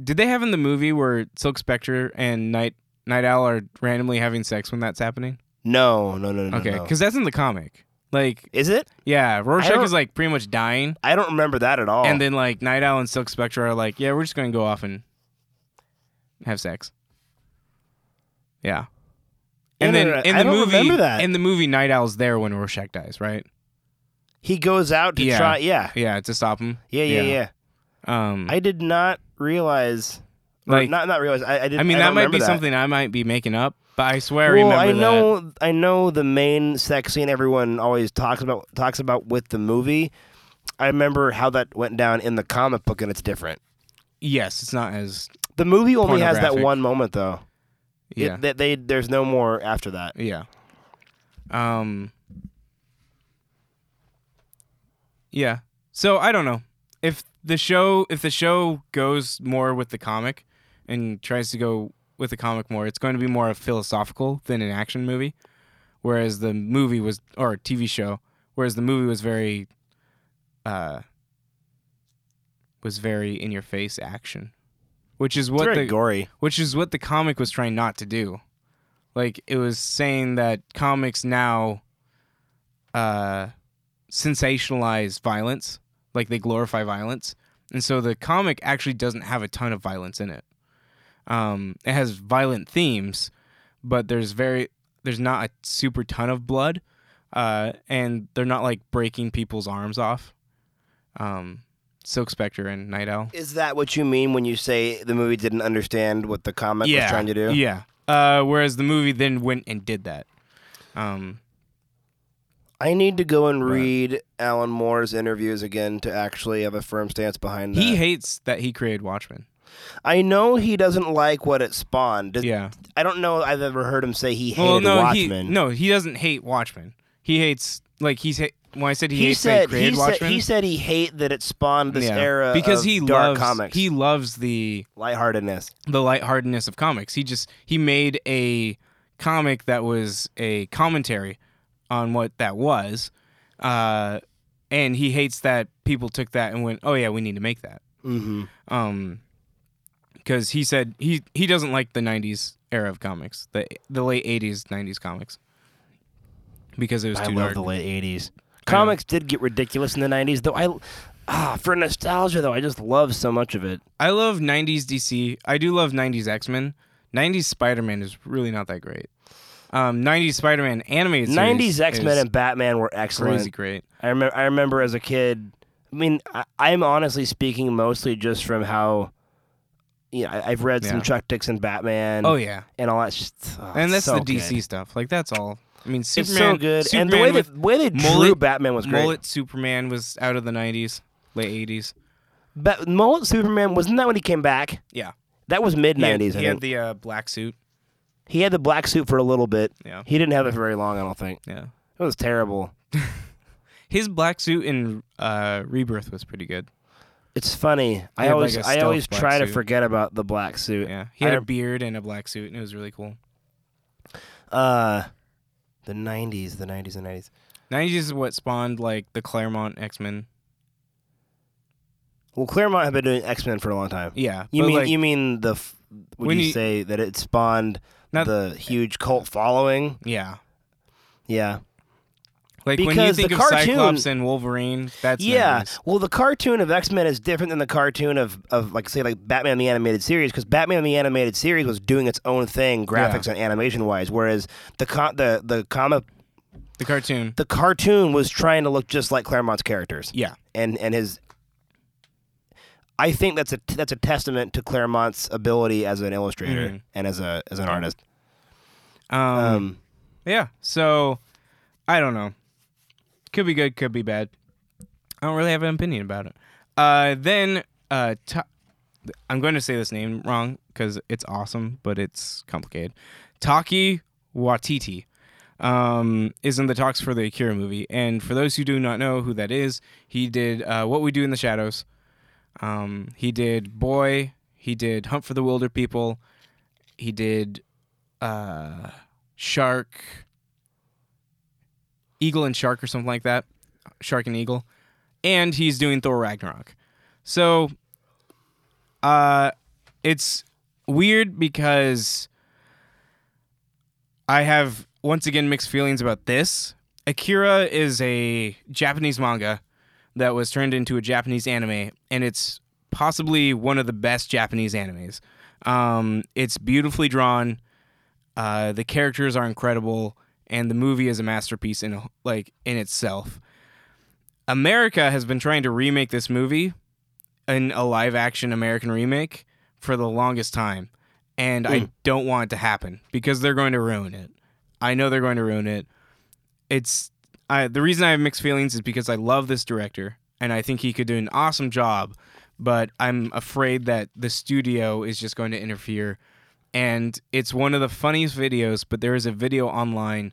Did they have in the movie where Silk Spectre and Night Night Owl are randomly having sex when that's happening?
No, no, no, no.
Okay,
no.
because that's in the comic. Like,
is it?
yeah, Rorschach
don't-
is like pretty much dying,
I don't remember that at all.
and then like Night Owl and Silk Spectre are like, yeah, we're just gonna go off and have sex. Yeah. And
No,
then
no, no,
in
I
the
don't
movie,
remember that.
in the movie, Night Owl's there when Rorschach dies, right?
he goes out to
Yeah.
try. Yeah.
Yeah, to stop him.
yeah, yeah, yeah,
Um,
I did not realize. or
like,
not not realize. I, I didn't.
I mean,
I
that
don't
might
remember
be
that.
something I might be making up, but I swear I
well,
remember
I
that.
know I know the main sex scene everyone always talks about talks about with the movie. I remember how that went down in the comic book, and it's different.
Yes, it's not as
The movie only has that
Pornographic.
one moment, though. It-
yeah,
they, they- there's no more after that.
yeah. Um, yeah. So I don't know if the show if the show goes more with the comic and tries to go with the comic more, it's going to be more of philosophical than an action movie, whereas the movie was or TV show, whereas the movie was very, uh, was very in your face action, which is
It's
what
very
the
gory.
which is what the comic was trying not to do. Like it was saying that comics now uh sensationalize violence, like they glorify violence. And so the comic actually doesn't have a ton of violence in it. Um it has violent themes, but there's very there's not a super ton of blood. Uh and they're not like breaking people's arms off. Um Silk Spectre and Night Owl.
Is that what you mean when you say the movie didn't understand what the comic was trying to do?
Yeah. Uh, whereas the movie then went and did that. Um,
I need to go and
Right.
read Alan Moore's interviews again to actually have a firm stance behind that.
he hates that he created Watchmen.
I know he doesn't like what it spawned. Does-
Yeah.
I don't know. I've ever heard him say he hated
Well, no,
Watchmen.
he no, he doesn't hate Watchmen. He hates like he's ha- when I said he,
he
hates that he
said
created
he said
Watchmen.
he said he hate that it spawned this
yeah.
era
because
of
he
dark
loves
comics,
he loves the
lightheartedness.
the lightheartedness of comics. He just he made a comic that was a commentary on what that was, uh, and he hates that people took that and went, oh yeah, we need to make that.
Mm-hmm.
um because he said he he doesn't like the 90s era of comics the the late 80s 90s comics because it was
I
too
love
dark
the late '80s.
I know.
Comics did get ridiculous in the '90s, though. I ah for nostalgia though, I just love so much of it.
i love 90s dc i do love 90s x-men 90s spider-man is really not that great um 90s spider-man animated series
'90s X-Men
is
and Batman were excellent.
crazy great
I remember. I remember as a kid. I mean, I, I'm honestly speaking mostly just from how you know, I, I've read some
Yeah.
Chuck Dixon Batman.
oh yeah,
and all that. Just, oh,
and
it's
that's
so
the DC
good.
stuff. Like that's all. I mean, Superman.
It's so good,
Superman
and the way
with
they, way they drew
mullet-
Batman was great.
mullet Superman was out of the '90s, late '80s.
But mullet Superman wasn't that when he came back?
Yeah,
That was mid
he had,
nineties. I
he had
think
the uh, black suit.
he had the black suit for a little bit.
Yeah.
He didn't have it for very long. I don't think
Yeah,
it was terrible.
his black suit in uh, Rebirth was pretty good.
It's funny. I
had,
always
like, a
I
stealth
always
black
try to
suit.
forget about the black suit.
Yeah, he had
I-
a beard and a black suit, and it was really cool.
Uh, the nineties, the nineties, the nineties.
'90s is what spawned like the Claremont X Men.
Well, Claremont had been doing X Men for a long time.
Yeah,
You
but,
mean
like,
you mean the? f- Would
when
you,
you-
say that it spawned
Not-
the huge cult following?
yeah.
Yeah.
Like when you
Because
think
the
of
cartoon-
Cyclops and Wolverine, that's
Yeah.
90s.
Well, the cartoon of X Men is different than the cartoon of, of like say like Batman the animated series because Batman the animated series was doing its own thing graphics and animation wise, whereas the co the the comic
the cartoon.
the cartoon was trying to look just like Claremont's characters
Yeah,
and and his. I think that's a that's a testament to Claremont's ability as an illustrator
Mhm.
and as a as an artist.
um,
Um,
Yeah. So I don't know. Could be good, could be bad. I don't really have an opinion about it. Uh, then uh, Ta- I'm going to say this name wrong because it's awesome, but it's complicated. Taki Watiti um, is in the talks for the Akira movie, and for those who do not know who that is, he did uh, What We Do in the Shadows. Um, he did Boy. He did Hunt for the Wilder People. He did uh, shark, eagle and shark or something like that, shark and eagle, and he's doing Thor Ragnarok. So, uh, it's weird because I have once again mixed feelings about this. Akira is a Japanese manga that was turned into a Japanese anime, and it's possibly one of the best Japanese animes. Um, it's beautifully drawn. Uh, the characters are incredible, and the movie is a masterpiece in like in itself. America has been trying to remake this movie in a live action American remake for the longest time, and I don't want it to happen because they're going to ruin it. I know they're going to ruin it. It's I, the reason I have mixed feelings is because I love this director and I think he could do an awesome job, but I'm afraid that the studio is just going to interfere and it's one of the funniest videos. But there is a video online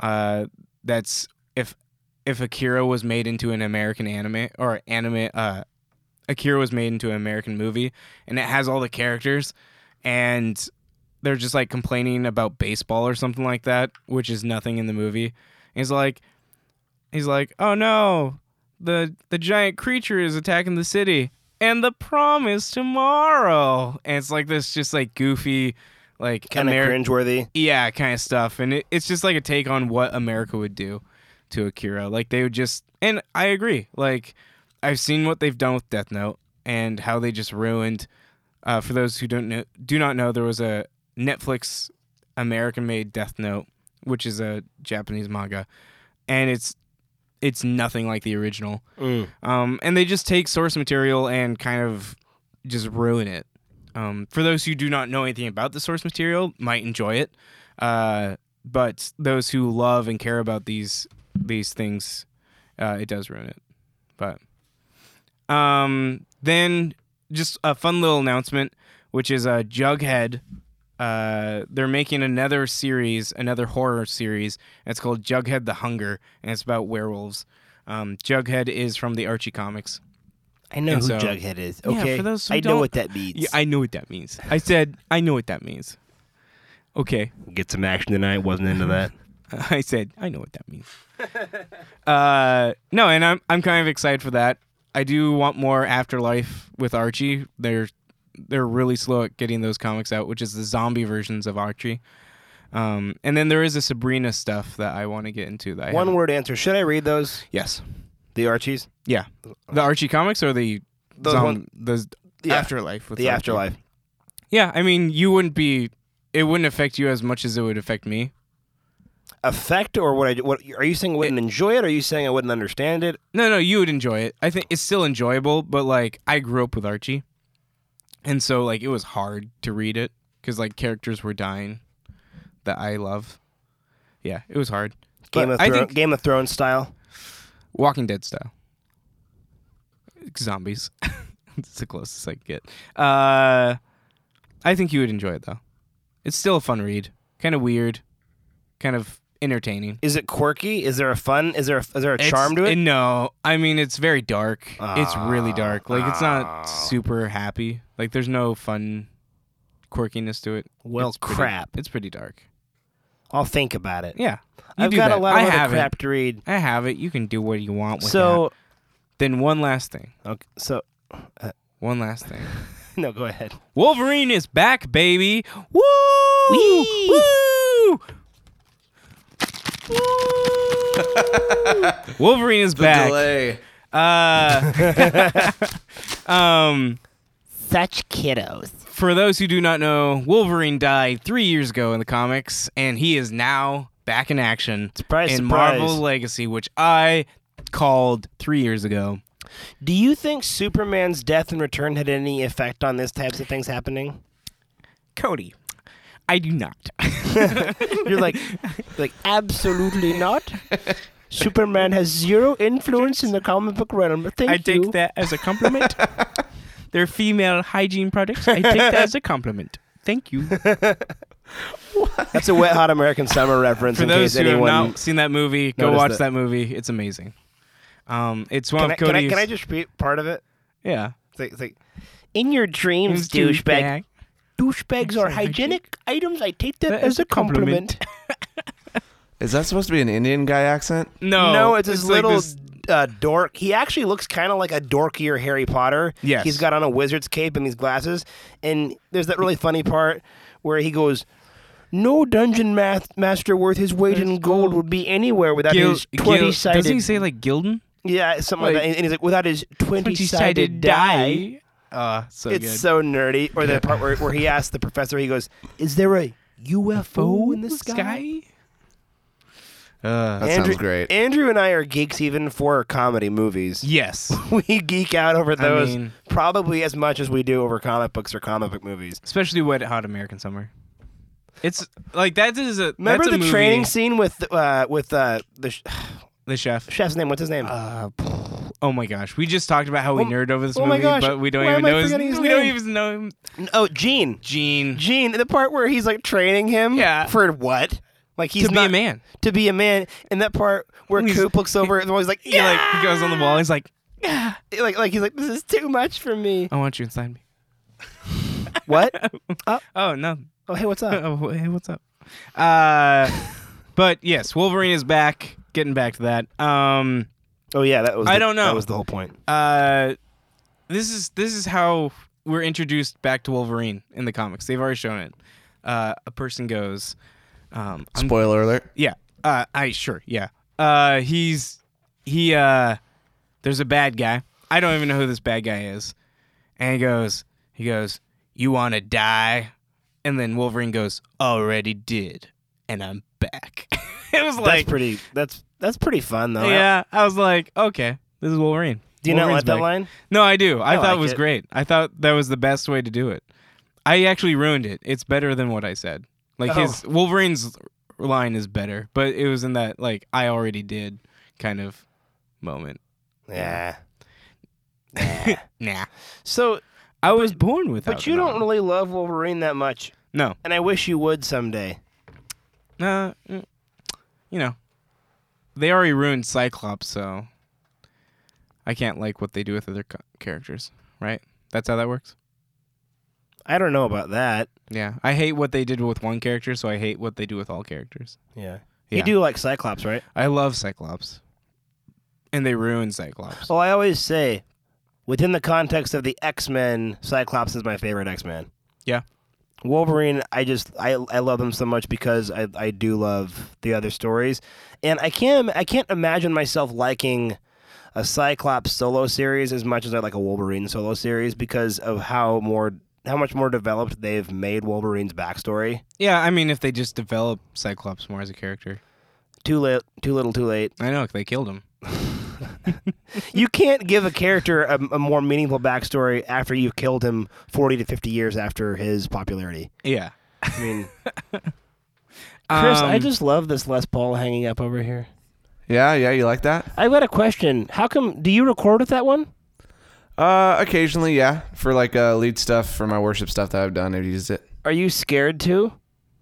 uh, that's if if Akira was made into an American anime or anime uh, Akira was made into an American movie, and it has all the characters, and they're just like complaining about baseball or something like that, which is nothing in the movie. And he's like, he's like, oh no, the the giant creature is attacking the city, and the prom is tomorrow. And it's like this, just like goofy, like
kind of
Ameri-
cringeworthy.
yeah, kind of stuff. And it, it's just like a take on what America would do to Akira. Like they would just, and I agree. Like I've seen what they've done with Death Note and how they just ruined. Uh, for those who don't know, do not know, there was a Netflix American-made Death Note, which is a Japanese manga, and it's it's nothing like the original. Um, and they just take source material and kind of just ruin it. Um, for those who do not know anything about the source material, might enjoy it. Uh, but those who love and care about these these things, uh, it does ruin it. But um, then just a fun little announcement, which is uh, Jughead. Uh, they're making another series, another horror series. And it's called Jughead the Hunger, and it's about werewolves. Um, Jughead is from the Archie comics.
I know
And
who
so-
Jughead is.
Yeah,
Okay,
for those who
I know
don't-
what that means.
Yeah, I know what that means. I said I know what that means. Okay,
Get some action tonight. Wasn't into that.
I said I know what that means. uh, no, and I'm I'm kind of excited for that. I do want more Afterlife with Archie. They're they're really slow at getting those comics out, which is the zombie versions of Archie. Um, and then there is a Sabrina stuff that I want to get into. That I
One
haven't-
word answer. Should I read those?
yes,
The Archies.
yeah, the Archie comics or the
Those
zom-
one-
the
Yeah.
Afterlife with
The
Archie?
Afterlife.
Yeah, I mean, you wouldn't be. It wouldn't affect you as much as it would affect me.
Effect or what? I what are you saying? I wouldn't enjoy it? Or are you saying I wouldn't understand it?
No, no, you would enjoy it. I think it's still enjoyable, but like I grew up with Archie, and so like it was hard to read it because like characters were dying that I love. Yeah, it was hard.
Game
But
of
I
Thrones,
think-
Game of Thrones style.
Walking Dead style. Zombies. it's the closest I can get. Uh, I think you would enjoy it though. It's still a fun read. Kind of weird. Kind of entertaining.
Is it quirky? Is there a fun? Is there a, is there a
It's-
charm to it?
No, I mean it's very dark. it's really dark. Like it's
Oh.
not super happy. Like there's no fun quirkiness to it.
Well,
It's pretty-
crap.
it's pretty dark.
I'll think about it.
Yeah, you
I've
do
got
that.
a lot
I
of other
have
crap
It.
to read.
I have it. You can do what you want with
So,
that. Then one last thing.
okay, so
One last thing.
no, go ahead.
Wolverine is back, baby. Woo!
Whee!
Woo! Woo! Wolverine is back.
Delay.
Uh, um,
Such kiddos.
for those who do not know, Wolverine died three years ago in the comics, and he is now back in action
Surprise,
in
surprise.
Marvel Legacy, which I called three years ago.
Do you think Superman's death and return had any effect on this types of things happening?
Cody, I do not.
You're like, like absolutely not. Superman has zero influence in the comic book realm. Thank
I
you.
take that as a compliment. They're female hygiene products. I take that as a compliment. Thank you.
That's a wet hot American summer reference.
For
in case
those who
anyone
have not seen that movie, go
noticed
watch
it.
that movie. It's amazing. Um, it's
can,
one
I,
of
can, I,
Cody's.
can I just repeat part of it?
yeah.
It's like, it's like, in your dreams, douchebag. Douchebags are hygienic items. I take that, as a compliment.
Is that supposed to be an Indian guy accent?
No,
no, it's, this
like
little
this-
uh, dork. He actually looks kind of like a dorkier Harry Potter.
Yes.
He's got on a wizard's cape and these glasses. And there's that really funny part where he goes, No dungeon math master worth his weight in gold would be anywhere without
Gil-
his
Gil-
20
doesn't he
sided.
say like Gildan?
Yeah, something like,
like,
that. And he's like, Without his 20 sided die.
Uh, so
It's
good.
so nerdy. Or the part where, where he asks the professor, he goes, Is there a UFO in the sky?
Uh,
That
Andrew,
sounds great.
Andrew and I are geeks even for comedy movies.
yes.
we geek out over those
mean-
probably as much as we do over comic books or comic book movies.
especially Wet Hot American Summer. It's like that is a
Remember
that's a
the
movie-
training scene with uh, with uh, the sh-
the chef.
chef's name? What's his name?
Uh, pff, oh my gosh, we just talked about how we
Oh-
nerd over this
oh my
movie,
gosh,
but we don't
why
even
am I
know his,
forgetting his
we don't
name?
even know him.
oh, Gene.
Gene
Gene. The part where he's like training him.
Yeah.
For what? Like he's
to be
not
a man.
to be a man. And that part where
He's-
Coop looks over and he's like,
He
yeah,
like he goes on the wall. He's like,
like, like he's like, this is too much for me.
I want you inside me.
what?
Oh no,
Oh, hey, what's up?
oh, hey, what's up? Uh, but yes, Wolverine is back. Getting back to that. Um,
Oh yeah, that was.
I
the-
don't know.
That was the whole point.
uh, this is this is how we're introduced back to Wolverine in the comics. They've already shown it. Uh, a person goes, um, I'm
Spoiler alert.
Yeah. Uh, I sure. Yeah. Uh, he's he. Uh, there's a bad guy. I don't even know who this bad guy is. And he goes. He goes. You want to die? And then Wolverine goes. Already did. And I'm back. it was like.
that's pretty. That's that's pretty fun though.
yeah. I was like, okay, this is Wolverine.
Do you not
Wolverine's
like that
back.
line?
No, I do. I,
I
thought
like
it was
it.
great. I thought that was the best way to do it. I actually ruined it. It's better than what I said. Like
Oh.
his Wolverine's line is better, but it was in that like I already did kind of moment.
Yeah.
Nah.
So
I was born with
But you don't really love Wolverine that much,
No.
and I wish you would someday.
Nah. mm, You know. They already ruined Cyclops, so I can't like what they do with other co- characters, right? That's how that works.
I don't know about that.
Yeah. I hate what they did with one character, so I hate what they do with all characters.
Yeah.
Yeah.
You do like Cyclops, right?
I love Cyclops. And they ruin Cyclops.
Well, I always say, within the context of the X Men, Cyclops is my favorite X Man.
Yeah.
Wolverine, I just I, I love him so much because I, I do love the other stories, and I can't I can't imagine myself liking a Cyclops solo series as much as I like a Wolverine solo series because of how more how much more developed they've made Wolverine's backstory.
Yeah, I mean, if they just develop Cyclops more as a character.
Too late, too little, too late.
I know, they killed him.
you can't give a character a, a more meaningful backstory after you've killed him 40 to 50 years after his popularity.
Yeah.
I mean, Chris, I
Um,
just love this Les Paul hanging up over here.
Yeah, yeah, you like that?
I've got a question. How come, do you record with that one?
Uh, occasionally, yeah, for like uh, lead stuff for my worship stuff that I've done, I've used it.
Are you scared to?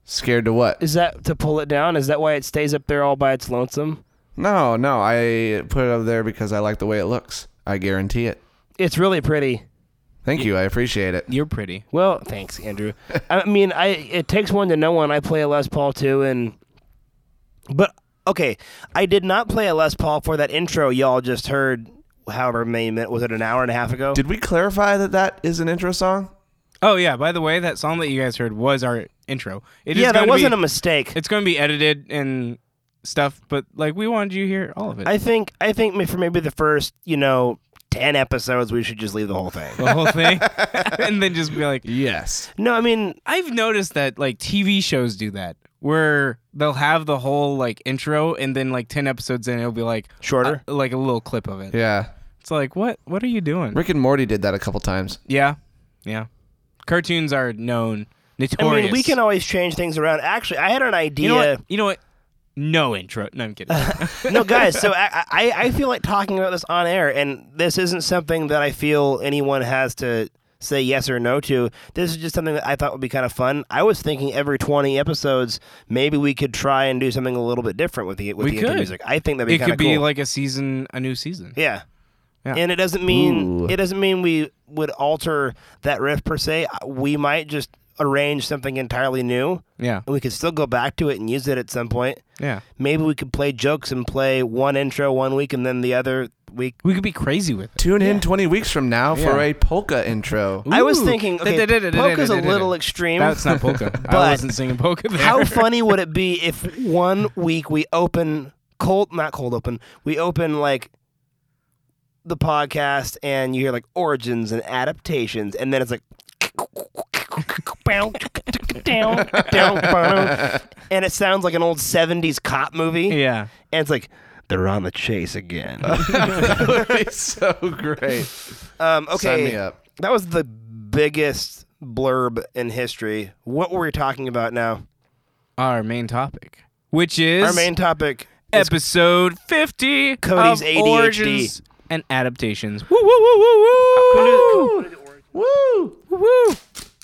Scared to what?
Is that to pull it down? Is that why it stays up there all by its lonesome?
No, no, I put it up there because I like the way it looks. I guarantee it.
It's really pretty.
Thank you, I appreciate it.
You're pretty.
Well, thanks, Andrew. I mean, I it takes one to know one. I play a Les Paul too, and but okay, I did not play a Les Paul for that intro y'all just heard. However many minutes was it? An hour and a half ago.
Did we clarify that that is an intro song?
Oh yeah. By the way, that song that you guys heard was our intro. It is
yeah, that
gonna
wasn't
be,
a mistake.
It's going to be edited and stuff, but like we wanted you to hear all of it.
I think I think ma- for maybe the first you know ten episodes we should just leave the whole thing.
the whole thing, and then just be like,
Yes.
no, I mean
I've noticed that like TV shows do that, where they'll have the whole like intro, and then like ten episodes in, it'll be like
Shorter?
uh, like a little clip of it.
Yeah.
It's like, what? What are you doing?
Rick and Morty did that a couple times.
Yeah, yeah. Cartoons are known
I
notorious.
mean we can uh, always change things around. Actually, I had an idea.
You know what? You know what? No intro. No, I'm kidding.
no, guys. So I, I, I feel like talking about this on air, and this isn't something that I feel anyone has to say yes or no to. This is just something that I thought would be kind of fun. I was thinking every twenty episodes, maybe we could try and do something a little bit different with the with
We
the intro
could.
music. I think that'd be
it
kind
could
of
be
cool.
like a season, a new season.
yeah.
Yeah.
And it doesn't mean
Ooh.
it doesn't mean we would alter that riff per se. Uh, We might just arrange something entirely new,
Yeah,
and we could still go back to it and use it at some point.
yeah.
Maybe we could play jokes and play one intro one week and then the other week.
We could be crazy with it.
Tune in 20 weeks from now for
Yeah.
a polka intro.
I was
Ooh.
thinking, okay, polka's a little extreme.
That's not polka. I wasn't singing polka. There.
How funny would it be if one week we open cold, not cold open, we open like the podcast and you hear like origins and adaptations, and then it's like. and it sounds like an old 70s cop movie.
Yeah.
And it's like, they're on the chase again.
that would be so great.
Um, okay.
Sign me up.
That was the biggest blurb in history. What were we talking about now?
Our main topic, which is
Our main topic. is-
episode 50
Cody's
of
ADHD.
Origins and Adaptations. Woo, woo, woo, woo, woo.
Woo!
Woo, woo.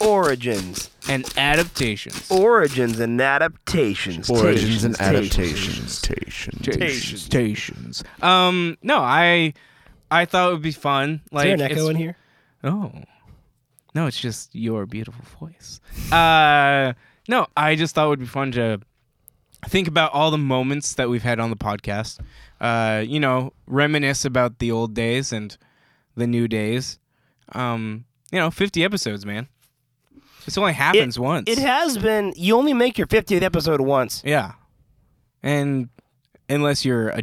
origins,
And adaptations.
origins, and adaptations.
Origins and
Tations,
adaptations. Tations.
Adaptations. Um, no, I I thought it would be fun. Like
tations. Is there an
it's-
echo in here?
Oh. No, it's just your beautiful voice. Uh no, I just thought it would be fun to think about all the moments that we've had on the podcast. Uh, you know, reminisce about the old days and the new days. Um, you know, 50 episodes, man. This only happens once.
It has been. You only make your 50th episode once.
yeah. And unless you're a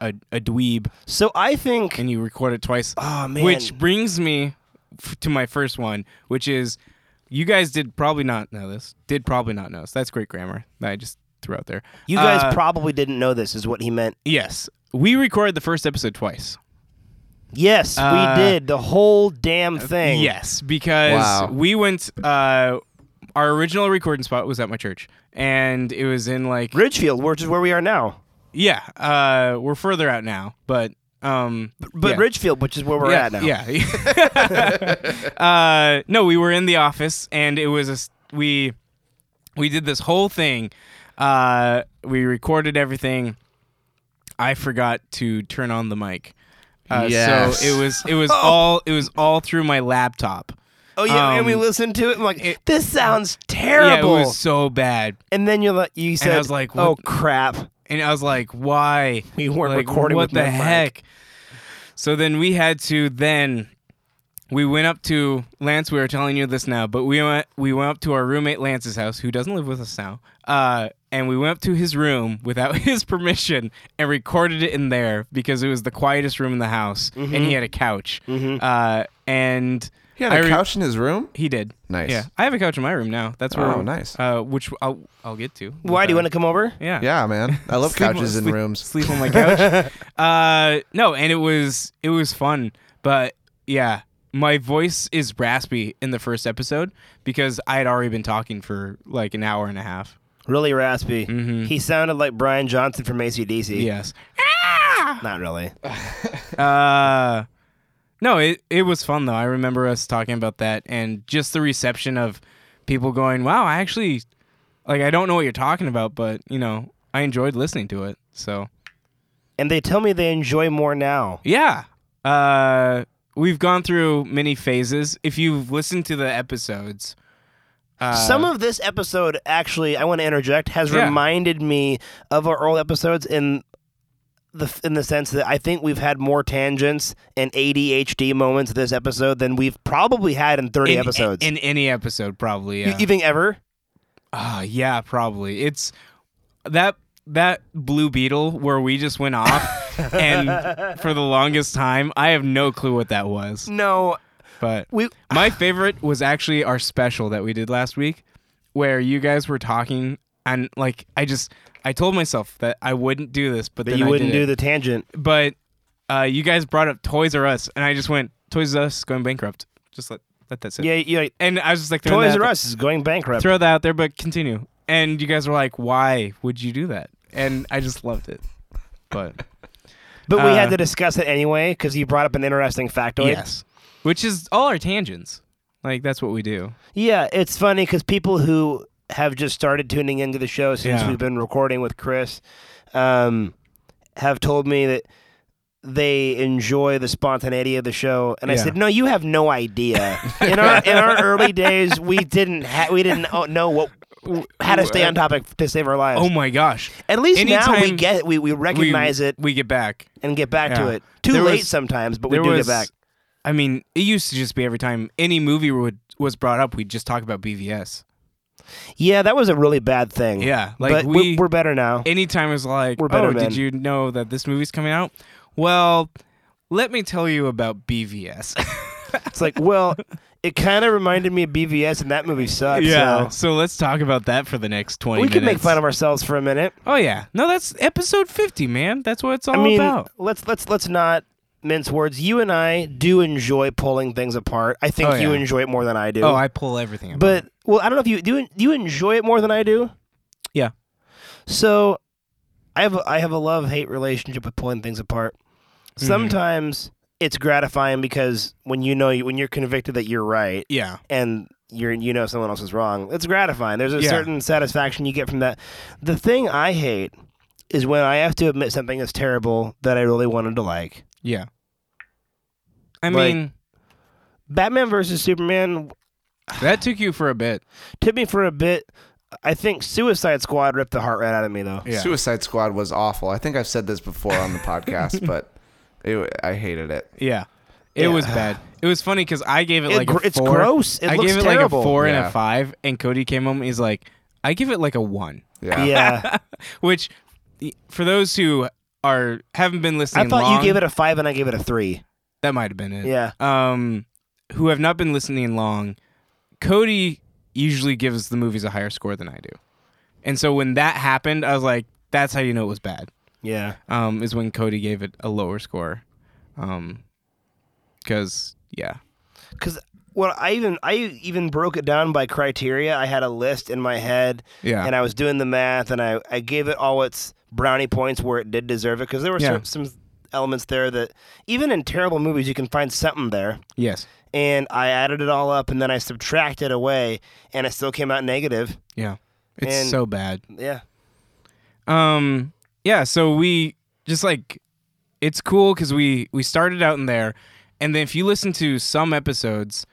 a, a dweeb
So I think.
and you record it twice.
Oh, man.
Which brings me f- to my first one, which is you guys did probably not know this. Did probably not know this. That's great grammar that I just threw out there.
you guys
Uh,
probably didn't know this, is what he meant.
yes, we recorded the first episode twice.
Yes,
uh,
we did the whole damn thing.
Yes, because
Wow.
we went. Uh, our original recording spot was at my church, and it was in like
Ridgefield, which is where we are now.
yeah. Uh, we're further out now, but um,
But
yeah.
Ridgefield, which is where we're
yeah,
at now.
Yeah. uh, no, we were in the office, and it was a s we we did this whole thing. Uh, we recorded everything. I forgot to turn on the mic. Uh,
Yes.
So it was it was all it was all through my laptop.
Oh yeah, and we
Um,
listened to it. I'm like,
it-
this sounds terrible.
Yeah, it was so bad,
and then you're like, you said,
I was like,
oh
what-
crap.
and I was like, "Why?
We weren't
Like,
recording
What
with
the
no mic.
heck?" So then we had to then we went up to Lance. We were telling you this now, but we went we went up to our roommate Lance's house, who doesn't live with us now. Uh, and we went up to his room without his permission and recorded it in there because it was the quietest room in the house, and he had a couch. Uh, and
He had a
I re-
couch in his room.
He did.
Nice.
Yeah, I have a couch in my room now. That's where.
Oh, nice.
Uh, which I'll I'll get to. Uh,
Why do you want to come over?
Yeah.
Yeah, man. I love
Sleep-
couches and
sleep-
rooms.
Sleep on my couch. uh, no, and it was it was fun, but yeah, my voice is raspy in the first episode because I had already been talking for like an hour and a half.
Really raspy.
Mm-hmm.
He sounded like Brian Johnson from ACDC.
Yes.
Not really.
Uh, no, it it was fun though. I remember us talking about that and just the reception of people going, "Wow, I actually like I don't know what you're talking about, but you know, I enjoyed listening to it." So
And they tell me they enjoy more now.
Yeah. Uh, we've gone through many phases. If you've listened to the episodes, uh,
Some of this episode, actually, I want to interject, has
Yeah.
reminded me of our old episodes in the in the sense that I think we've had more tangents and ADHD moments this episode than we've probably had in 30
in,
episodes.
in any episode, probably. Yeah.
You, you think ever?
Ah, yeah, probably. It's that that Blue Beetle where we just went off, and for the longest time, I have no clue what that was.
No.
But
We
my favorite was actually our special that we did last week, where you guys were talking, and like I just I told myself that I wouldn't do this, but
that
then
you
I
wouldn't
did it.
do the tangent.
but uh, you guys brought up Toys R Us, and I just went Toys R Us is going bankrupt. Just let let that sit.
Yeah, yeah.
And I was just like, throwing
Toys
that
R
out
Us is going
there-
bankrupt.
Throw that out there, but continue. And you guys were like, why would you do that? And I just loved it. But
But we had
Uh,
to discuss it anyway because you brought up an interesting factoid.
yes, which is all our tangents. Like that's what we do.
Yeah, it's funny because people who have just started tuning into the show since
Yeah.
we've been recording with Chris um, have told me that they enjoy the spontaneity of the show, and I
Yeah.
said, "No, you have no idea." in our in our early days, we didn't ha- we didn't o- know what how to stay on topic to save our lives.
Oh my gosh!
At least now we
anytime
get we we recognize
we,
it
We get back.
and get back to
Yeah.
it. Too
There
late
was-
sometimes, but we
there
do
was,
get back.
I mean, it used to just be every time any movie would, was brought up, we'd just talk about BVS.
Yeah, that was a really bad thing.
Yeah, like
Mm. but
we-
we're, we're better now.
anytime is like,
We're better
oh,
men."
did you know that this movie's coming out? Well, let me tell you about BVS.
It's like, well, it kind of reminded me of BVS, and that movie sucks. so
yeah. So let's talk about that for the next
uh,
20
we
minutes.
can make fun of ourselves for a minute.
Oh, yeah. No, that's episode 50, man. That's what it's all
I mean,
about.
let's let's let's not mince words. You and I do enjoy pulling things apart. I think
Oh,
you
yeah.
enjoy it more than I do.
Oh, I pull everything. apart.
but well, I don't know if you do. You, do you enjoy it more than I do?
Yeah.
So, I have a, I have a love hate relationship with pulling things apart.
Mm-hmm.
Sometimes it's gratifying because when you know you, when you're convicted that you're right,
yeah.
and you're you know someone else is wrong. It's gratifying. There's a
Yeah.
certain satisfaction you get from that. The thing I hate is when I have to admit something that's terrible that I really wanted to like.
Yeah. I
Like-
mean,
Batman versus Superman
that took you for a bit.
took me for a bit. I think Suicide Squad ripped the heart right out of me though.
Yeah.
Suicide Squad was awful. I think I've said this before on the podcast, but it, I hated it.
Yeah. It
Yeah.
was bad. It was funny because I gave it,
It
like
gr-
a
it's
four.
gross. It
I
looks
gave it
terrible.
like a four and
Yeah.
a five, and Cody came home. He's like, I give it like a one.
Yeah.
Yeah.
Which, y- for those who are haven't been listening,
I thought
long,
you gave it a 5 and I gave it a 3.
that might have been it.
Yeah.
Um, who have not been listening long, Cody usually gives the movies a higher score than I do, and so when that happened, I was like, "That's how you know it was bad."
Yeah.
Um, is when Cody gave it a lower score, um, because yeah,
Cuz well, I even I even broke it down by criteria. I had a list in my head
yeah,
and I was doing the math, and I, I gave it all its brownie points where it did deserve it because there were
Yeah.
cer- some elements there that even in terrible movies you can find something there.
yes,
And I added it all up, and then I subtracted away, and it still came out negative.
yeah, it's
And-
so bad.
Yeah,
Um, yeah, so we just like it's cool because we we started out in there, and then if you listen to some episodes,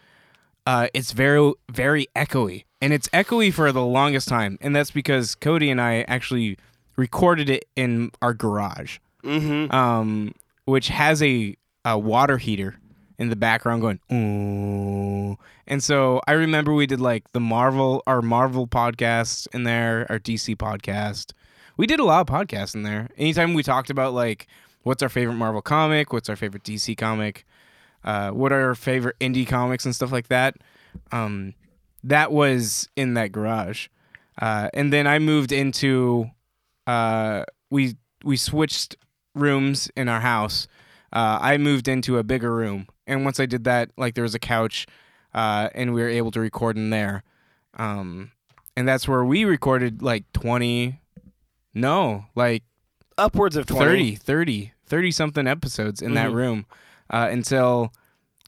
uh, it's very very echoey, and it's echoey for the longest time, and that's because Cody and I actually recorded it in our garage, mm-hmm. um, which has a, a water heater in the background going ooh, and so I remember we did like the Marvel our Marvel podcast in there, our DC podcast. We did a lot of podcasts in there. Anytime we talked about like what's our favorite Marvel comic, what's our favorite DC comic, uh, what are our favorite indie comics and stuff like that. Um, that was in that garage, uh, and then I moved into uh, we we switched rooms in our house. Uh, I moved into a bigger room, and once I did that, like there was a couch, uh, and we were able to record in there. Um, and that's where we recorded like 20, no, like
Upwards of 20.
30 30 30 something episodes in
Mm-hmm.
that room uh, until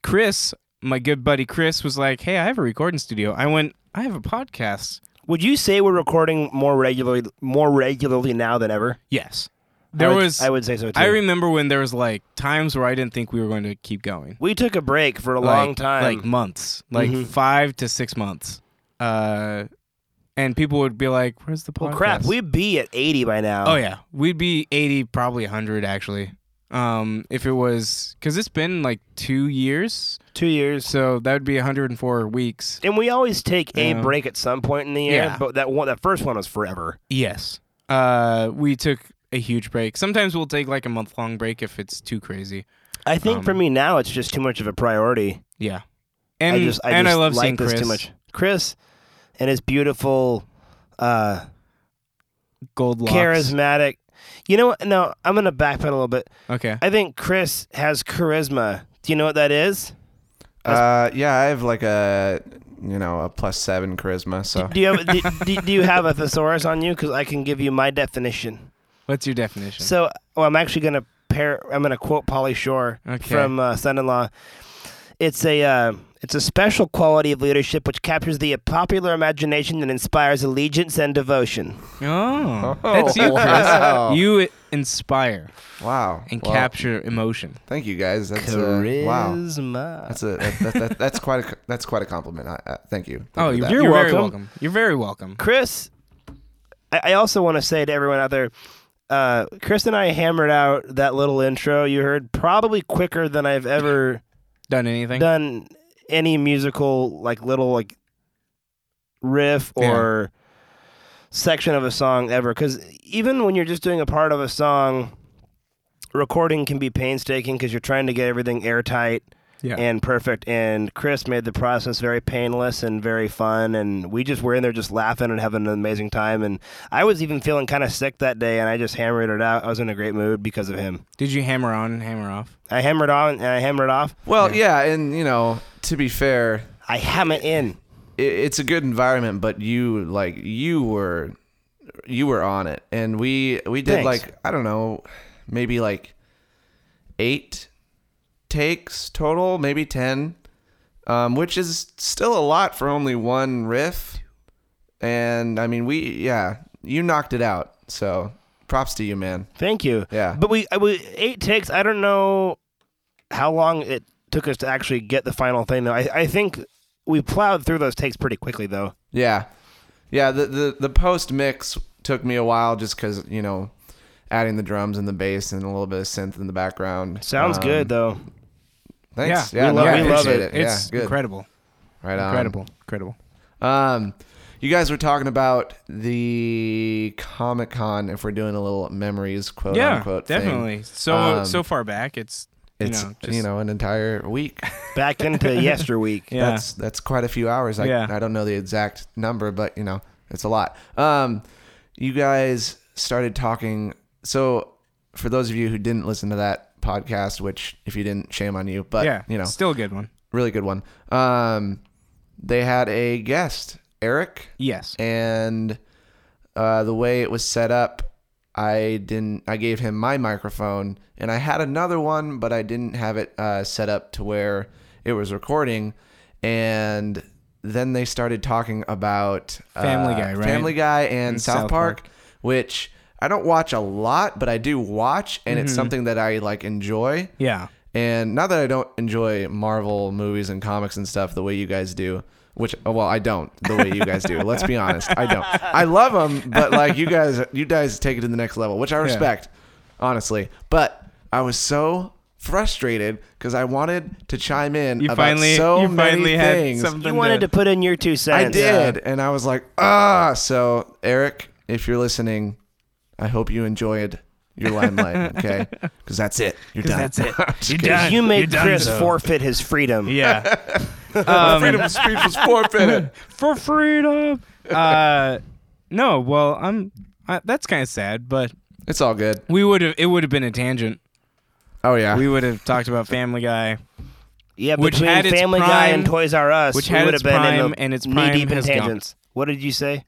chris my good buddy chris was like hey i have a recording studio i went i have a podcast
Would you say we're recording more regularly more regularly now than ever?
yes there
I would,
was
I would say so too.
I remember when there was like times where i didn't think we were going to keep going
we took a break for a long
Like-
time.
like months like
Mhm.
five to six months uh, and people would be like where's the podcast
well, crap, we'd be at 80 by now.
Oh yeah, we'd be 80, probably 100 actually. Um, if it was because it's been like two years,
Two years.
so that would be 104 weeks.
And we always take
Yeah.
a break at some point in the year,
Yeah.
but that one, that first one was forever.
Yes. Uh, we took a huge break. Sometimes we'll take like a month long break if it's too crazy.
I think for
Um,
me now, it's just too much of a priority.
Yeah. And
I just, I
and
just
I love
like
seeing
this
Chris
too much. Chris and his beautiful, uh,
Gold locks.
charismatic. You know what? No, I'm gonna backpedal a little bit.
Okay.
I think Chris has charisma. Do you know what that is?
Uh, yeah, I have like a you know a plus seven charisma. So
Do you have do, do, do you have a thesaurus on you? Because I can give you my definition.
What's your definition?
So, well, I'm actually gonna pair. I'm gonna quote Polly Shore
Okay.
from uh, Son-in-Law. It's a uh, it's a special quality of leadership which captures the popular imagination and inspires allegiance and devotion.
oh, that's you,
wow.
Chris. You inspire
wow.
and
Well,
capture emotion.
Thank you guys. That's a, wow.
Charisma.
That's a that, that, that, that's quite a that's quite a compliment. I, I, thank you. Thank
Oh,
you
you're,
for
you're
that.
very
welcome.
welcome. You're very welcome.
Chris, I, I also want to say to everyone out there, uh, Chris and I hammered out that little intro you heard probably quicker than I've ever
Done anything?
done any musical like little like riff
Yeah.
or section of a song ever because even when you're just doing a part of a song recording can be painstaking because you're trying to get everything airtight
Yeah.
and perfect and chris made the process very painless and very fun and we just were in there just laughing and having an amazing time and i was even feeling kind of sick that day and i just hammered it out i was in a great mood because of him
Did you hammer on and hammer off?
i hammered on and i hammered off
Well, yeah, and you know, to be fair,
i ham it in
it, it's a good environment, but you like you were you were on it, and we we did
Thanks.
like I don't know, maybe like eight takes total, maybe ten, um, which is still a lot for only one riff. And I mean, we yeah, you knocked it out, so props to you, man.
Thank you.
Yeah.
But we, uh, we eight takes. I don't know how long it took us to actually get the final thing though. I, I think we plowed through those takes pretty quickly though.
Yeah, yeah. The the, the post mix took me a while just because you know, adding the drums and the bass and a little bit of synth in the background.
Sounds
Um,
good though.
Thanks.
Yeah,
Yeah,
we
no,
love-
I
we love
appreciate
it.
It's
yeah, good.
incredible.
Right on.
Incredible. Incredible.
Um, you guys were talking about the Comic Con. If we're doing a little memories, quote
yeah,
unquote, thing.
definitely. So uh,
Um,
so far back, it's you
It's
know, just,
an entire week.
Back into yesterweek.
yeah.
That's that's quite a few hours. I,
Yeah.
I don't know the exact number, but you know, it's a lot. Um, you guys started talking. So for those of you who didn't listen to that podcast, which if you didn't, shame on you. But
yeah,
you know,
still a good one.
really good one. Um, they had a guest, Eric,
Yes.
and uh, the way it was set up. I didn't. I gave him my microphone, and I had another one, but I didn't have it uh, set up to where it was recording. And then they started talking about uh,
Family Guy, right?
Family Guy, and,
And
South,
South
Park,
Park.
which I don't watch a lot, but I do watch, and
Mm-hmm.
it's something that I like enjoy.
Yeah.
And not that I don't enjoy Marvel movies and comics and stuff the way you guys do, which oh, well I don't the way you guys do. Let's be honest, I don't. I love them, but like you guys, you guys take it to the next level, which I respect, honestly. But I was so frustrated because I wanted to chime in
You
about
finally
so
you
many
finally had
things.
something
You wanted to put in your two
I
cents.
did, and I was like, ah. So Eric, if you're listening, I hope you enjoyed your limelight, okay? Because that's it. You're done.
that's it.
I'm just
You're
kidding.
done.
You made
You're
Chris
donezo.
forfeit his freedom.
Yeah. Um,
Freedom of speech was forfeited.
For freedom. Uh, no, well, I'm. I, that's kind of sad, but
It's all good.
we would have. It would have been a tangent.
Oh yeah.
We would have talked about Family Guy,
Yeah,
Which
between
had its
Family Guy and
prime-
Toys R Us,
which
we
had
would
its
have been in
prime
the
and its
knee
prime
deep in
has gone.
tangents. What did you say?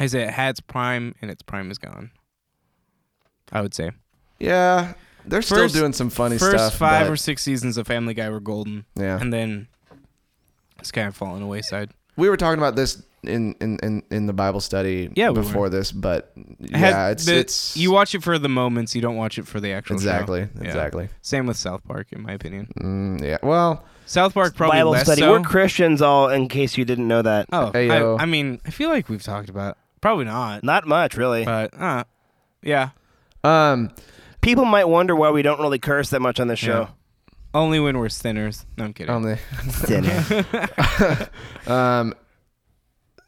as it had its prime and its prime is gone. I would say
yeah. They're
First-
still doing some funny
first
stuff.
five
but-
or six seasons of Family Guy were golden,
Yeah.
and then it's kind of fallen away side.
we were talking about this in in in, in the Bible study
Yeah, we
before this, but
It has-
yeah, it's
the-
it's
you watch it for the moments, you don't watch it for the actual show.
exactly
Yeah.
exactly.
Same with South Park, in my opinion.
Mm, yeah. Well,
South Park probably
Bible
less
study.
so.
We're Christians, all in case you didn't know that.
Oh,
Hey, yo.
I, I mean, I feel like we've talked about probably not,
Not much, really.
but uh, yeah,
um,
People might wonder why we don't really curse that much on this show.
only when we're sinners. No, I'm kidding.
on the
Dinner.
Um,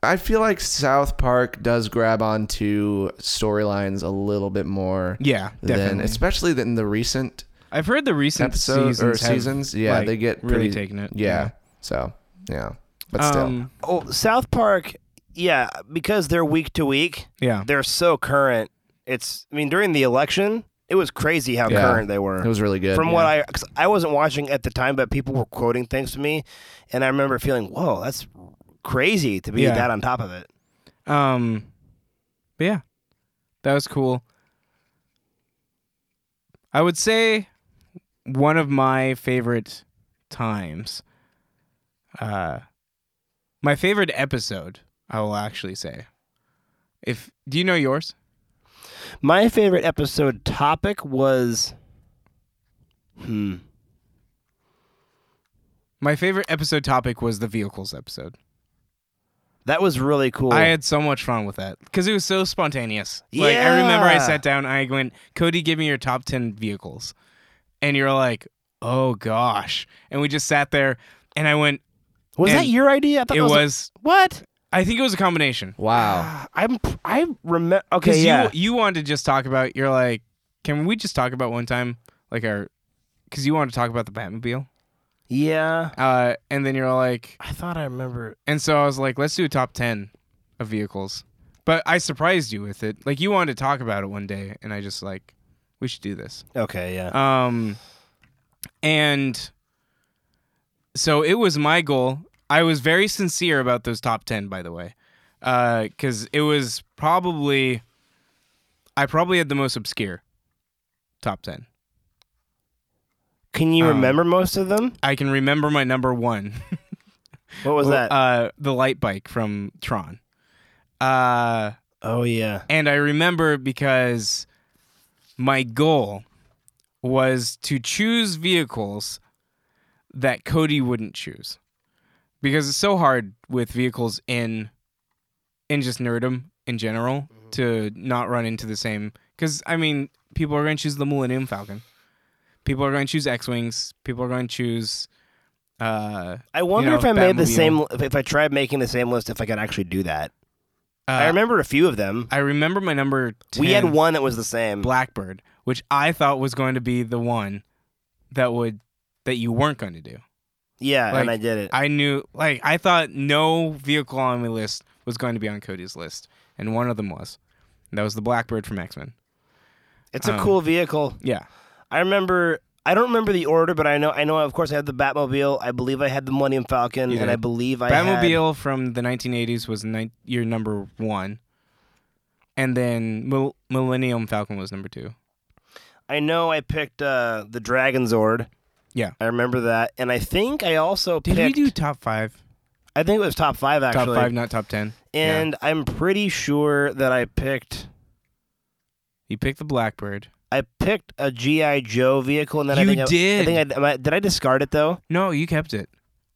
I feel like South Park does grab onto storylines a little bit more
yeah,
than,
definitely.
especially than the recent
I've heard the recent
episodes or
seasons have,
seasons. Yeah,
like,
they get
really
pretty,
taking it.
Yeah, so yeah, but still,
Um,
oh, South Park. Yeah, because they're week to week,
yeah.
they're so current. It's. I mean, during the election, it was crazy how
Yeah.
current they were.
it was really good.
From what I, cause I wasn't watching at the time, but people were quoting things to me, and I remember feeling, "Whoa, that's crazy to be
Yeah.
that on top of it."
Um, but yeah, that was cool. I would say one of my favorite times, uh, my favorite episode. I will actually say, if do you know yours?
My favorite episode topic was, hmm,
My favorite episode topic was the vehicles episode.
that was really cool.
I had so much fun with that because it was so spontaneous. Like I remember I
Yeah.
sat down, I went, Cody, give me your top ten vehicles, and you're like, oh gosh, and we just sat there, and I went,
was that
and
your idea? I thought
it
that
was,
what? Ah,
I think it was a combination.
wow,
I'm. I remember. Okay,
Because
yeah.
you you wanted to just talk about, you're like, can we just talk about one time, like our, because you wanted to talk about the Batmobile,
yeah.
uh, and then you're like,
I thought I remember.
and so I was like, let's do a top ten of vehicles, but I surprised you with it. Like you wanted to talk about it one day, and I just like, we should do this.
Okay, yeah.
Um, and so it was my goal. I was very sincere about those top 10, by the way, because it was probably, I probably had the most obscure top 10.
Can you
um,
remember most of them?
I can remember my number one.
What was that?
Uh, the light bike from Tron. Uh,
oh yeah.
And I remember because my goal was to choose vehicles that Cody wouldn't choose. Because it's so hard with vehicles in in just nerdum in general to not run into the same cuz I mean people are going to choose the Millennium Falcon. People are going to choose X-wings, people are going to choose uh
I wonder
know,
if I made the
Batmobile.
same. If, if I tried making the same list, if I could actually do that.
uh,
I remember a few of them.
I remember my number 10
we had one that was the same.
Blackbird, which I thought was going to be the one that would that you weren't going to do.
yeah,
like,
and I did it.
I knew like I thought no vehicle on my list was going to be on Cody's list, and one of them was. And that was the Blackbird from X Men.
it's a
um,
cool vehicle.
Yeah.
I remember. I don't remember the order, but I know. I know. Of course, I had the Batmobile. I believe I had the Millennium Falcon,
You
and
did.
I believe I had.
Batmobile from the 1980s was ni- your number 1. And then Mil- Millennium Falcon was number 2.
I know. I picked uh, the Dragon Zord.
Yeah.
I remember that, and I think I also
Did
picked.
we do top 5?
I think it was top five actually.
Top 5 not top 10. Yeah.
and I'm pretty sure that I picked.
you picked the Blackbird.
I picked a GI Joe vehicle, and then
You
I think I, I
did.
think I, am I- did. I discard it though.
No, you kept it.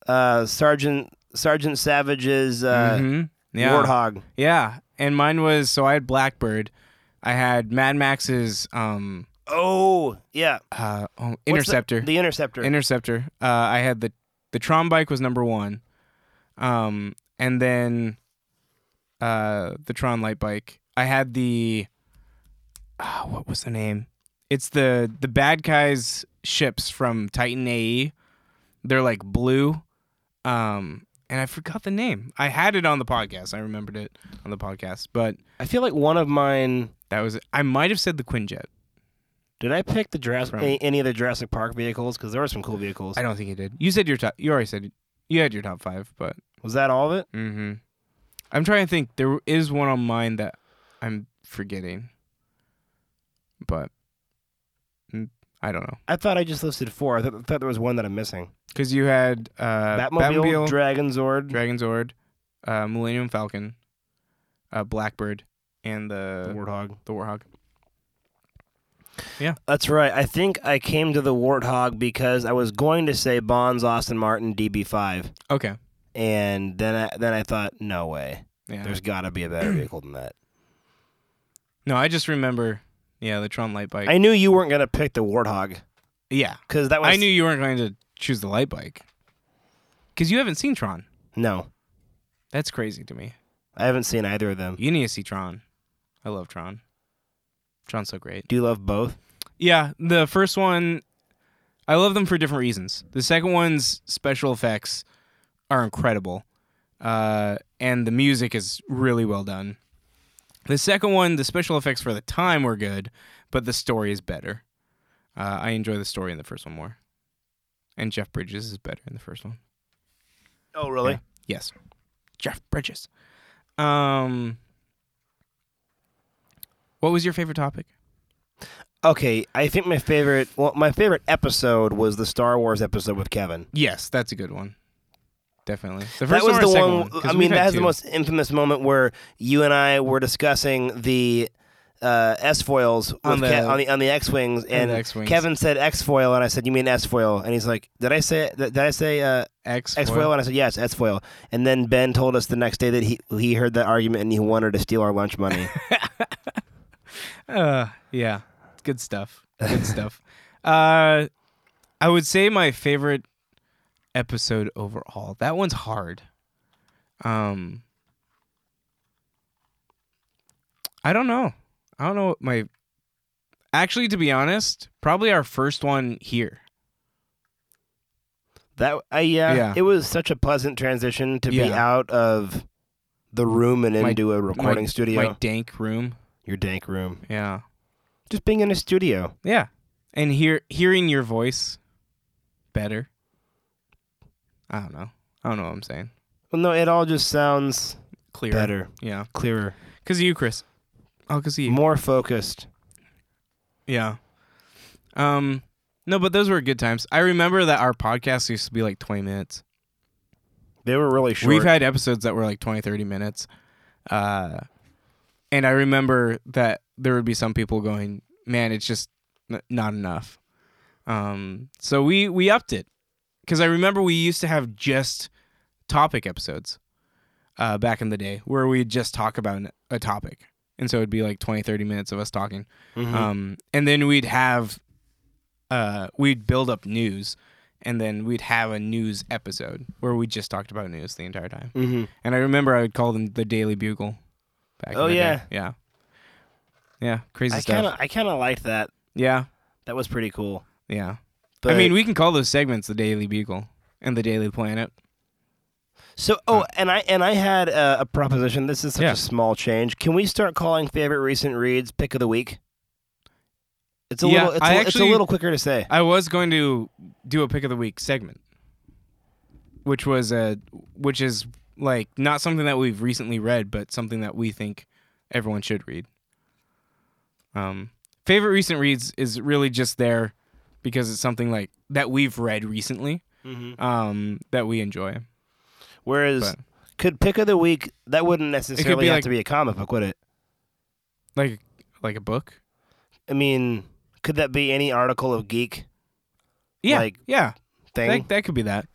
Uh, Sergeant Sergeant Savage's uh,
Mhm. Yeah.
Warthog.
Yeah, and mine was so I had Blackbird, I had Mad Max's um
Oh yeah,
uh oh,
What's the-
interceptor
The, interceptor.
interceptor. Uh, I had the the Tron bike was number one, um, and then uh the Tron light bike. I had the ah, what was the name? It's the the bad guys ships from Titan AE. They're like blue, um, and I forgot the name. I had it on the podcast. I remembered it on the podcast, but
I feel like one of mine.
that was I might have said the Quinjet.
Did I pick the Jurassic
From-
any, any of the Jurassic Park vehicles? Because there were some cool vehicles.
I don't think you did. You said your top. You already said you had your top five, but
Was that all of it?
hmm I'm trying to think. There is one on mine that I'm forgetting, but mm, I don't know
I thought I just listed four. I th- thought there was one that I'm missing.
because you had uh,
Batmobile,
Batmobile,
Dragon Zord,
Dragon Zord, uh, Millennium Falcon, uh, Blackbird, and the
Warthog.
the Warthog.
That's right. I think I came to the Warthog because I was going to say Bonds, Austin Martin, DB5,
Okay.
and then I, then I thought, no way.
Yeah.
There's got to be a better vehicle than that.
no, I just remember. Yeah, the Tron light bike.
I knew you weren't gonna pick the Warthog
yeah,
because that was
I knew you weren't going to choose the light bike because you haven't seen Tron.
no.
That's crazy to me.
I haven't seen either of them.
You need to see Tron. I love Tron. Tron's so great.
Do you love both?
Yeah, the first one, I love them for different reasons. The second one's special effects are incredible, uh, and the music is really well done. The second one, the special effects for the time were good, but the story is better. Uh, I enjoy the story in the first one more, and Jeff Bridges is better in the first one.
Oh, really?
Yes. Jeff Bridges. Um What was your favorite topic?
Okay, I think my favorite, well, my favorite episode was the Star Wars episode with Kevin.
Yes, that's a good one. Definitely. The
That
first
was
or
the
second
one.
'Cause
I
we've
mean,
had
that has the
two.
most infamous moment where you and I were discussing the uh, S foils
On
on,
the-
on the on the X wings, and
the X-wings.
Kevin said X foil, and I said, "You mean S foil?" And he's like, "Did I say did I say uh,
X
X foil?" And I said, "Yes, S foil." And then Ben told us the next day that he he heard that argument and he wanted to steal our lunch money.
Uh, yeah, good stuff. Good stuff. Uh, I would say my favorite episode overall. That one's hard. Um, I don't know. I don't know what my. Actually, to be honest, probably our first one here.
That I yeah,
Yeah.
it was such a pleasant transition to be
Yeah.
out of the room and
My-
into a recording
my,
studio.
my dank room.
Your dank room.
Yeah,
Just being in a studio.
yeah, and hear hearing your voice better. I don't know. I don't know what I'm saying.
Well, no, it all just sounds
Clear.
better,
Yeah.
clearer,
Because of you, Chris. Oh, because of you.
more focused.
yeah. Um. No, but those were good times. I remember that our podcast used to be like 20 minutes.
They were really short.
We've had episodes that were like 20, 30 minutes. Uh, and I remember that there would be some people going, man, it's just n- not enough. Um, so we, we upped it. Because I remember we used to have just topic episodes uh, back in the day where we'd just talk about an- a topic. And so it'd be like 20, 30 minutes of us talking.
Mhm.
Um, and then we'd have, uh, we'd build up news, and then we'd have a news episode where we just talked about news the entire time.
Mhm.
And I remember I would call them the Daily Bugle. Back in
Oh,
the day.
yeah.
yeah, yeah, crazy
I
stuff.
kind of I kind of liked that.
yeah,
That was pretty cool.
yeah.
But,
I mean, we can call those segments the Daily Bugle and the Daily Planet.
so oh, and I and I had a, a proposition. This is such
Yeah.
a small change. Can we start calling favorite recent reads pick of the week? It's a
Yeah,
little. It's,
I
a- it's
actually-
a little quicker to say.
I was going to do a pick of the week segment, which was a which is like not something that we've recently read, but something that we think everyone should read. Um, favorite recent reads is really just there because it's something like that we've read recently
Mhm.
um, that we enjoy.
Whereas,
But-
could pick of the week that wouldn't necessarily
be
have
like-
to be a comic book, would it?
Like like a book.
I mean, could that be any article of geek
Yeah,
Like,
yeah,
thing?
that, that could be that.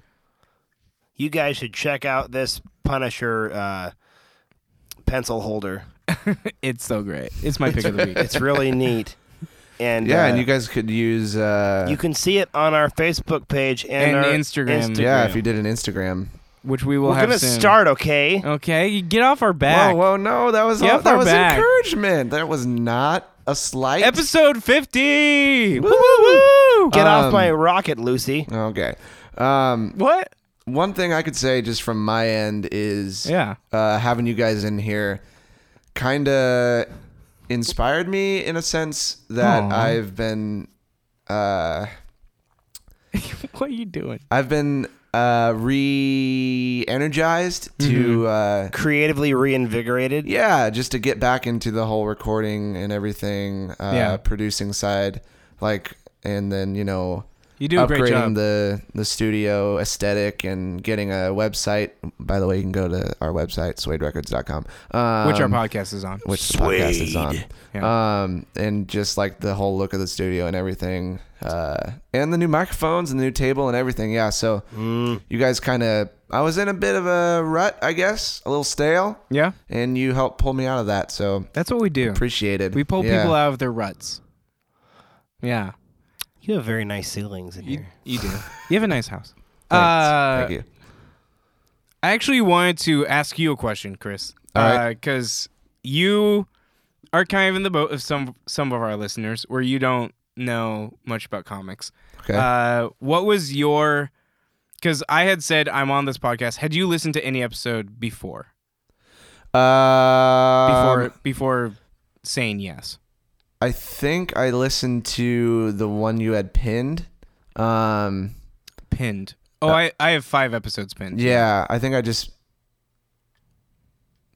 you guys should check out this Punisher uh, pencil holder.
It's so great. It's my pick of the week.
It's really neat, and
Yeah,
uh,
and you guys could use. Uh,
you can see it on our Facebook page and,
And
our
Instagram.
yeah, if you did an Instagram.
which we will
We're
have
gonna
soon.
start, okay?
Okay, you get off our back.
Whoa, whoa, no, that was
Get
all,
off our
that was
back.
encouragement. That was not a slight.
Episode 50. Woo,
Get
Um,
off my rocket, Lucy.
okay. Um,
What?
one thing I could say just from my end is
Yeah.
uh, having you guys in here kind of inspired me in a sense that
Aw.
I've been uh,
what are you doing?
I've been uh, re-energized to uh,
Creatively reinvigorated.
yeah, just to get back into the whole recording and everything, uh,
Yeah.
producing side, like, and then you know,
You do a great
upgrading
job.
the the studio aesthetic and getting a website. By the way, you can go to our website suederecords.com, um,
which our podcast is on.
which the podcast is on, um, and just like the whole look of the studio and everything, uh, and the new microphones and the new table and everything. Yeah, so
Mm.
Mm.
you guys kind of, I was in a bit of a rut, I guess, a little stale
yeah.
and you helped pull me out of that. So
That's what we do.
appreciated.
We pull
Yeah.
people out of their ruts. Yeah.
You have very nice ceilings in
You,
here.
you do. you have a nice house.
Thanks.
Uh,
Thank you.
I actually wanted to ask you a question, Chris,
All right.
because you are kind of in the boat of some some of our listeners where you don't know much about comics.
Okay.
Uh, what was your? Because I had said I'm on this podcast. Had you listened to any episode before
Uh,
before before saying yes?
Um, I think I listened to the one you had pinned. Um,
Pinned. Oh, I I have five episodes pinned.
uh, yeah, I think I just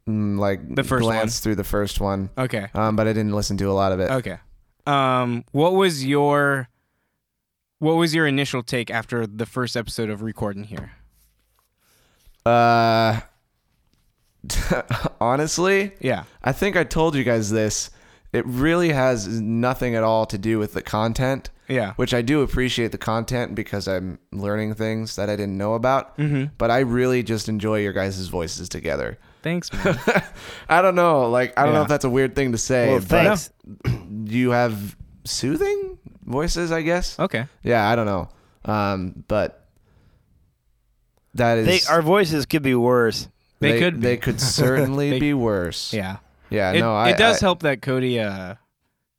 mm, like
The first
glanced through the first one,
Okay.
um, but I didn't listen to a lot of it.
Okay. Um, what was your what was your initial take after the first episode of recording here?
Uh, honestly,
Yeah.
I think I told you guys this. It really has nothing at all to do with the content.
Yeah.
which I do appreciate the content because I'm learning things that I didn't know about.
Mm.
Mm-hmm. But I really just enjoy your guys' voices together.
Thanks, man.
I don't know, like I don't know
Yeah.
if that's a weird thing to say.
Well,
but
thanks.
You have soothing voices, I guess.
okay.
Yeah, I don't know, um, but that is
They, our voices could be worse.
They could be.
They could certainly
They-
be worse.
Yeah.
yeah.
it,
no, I,
it does
I-
help that Cody uh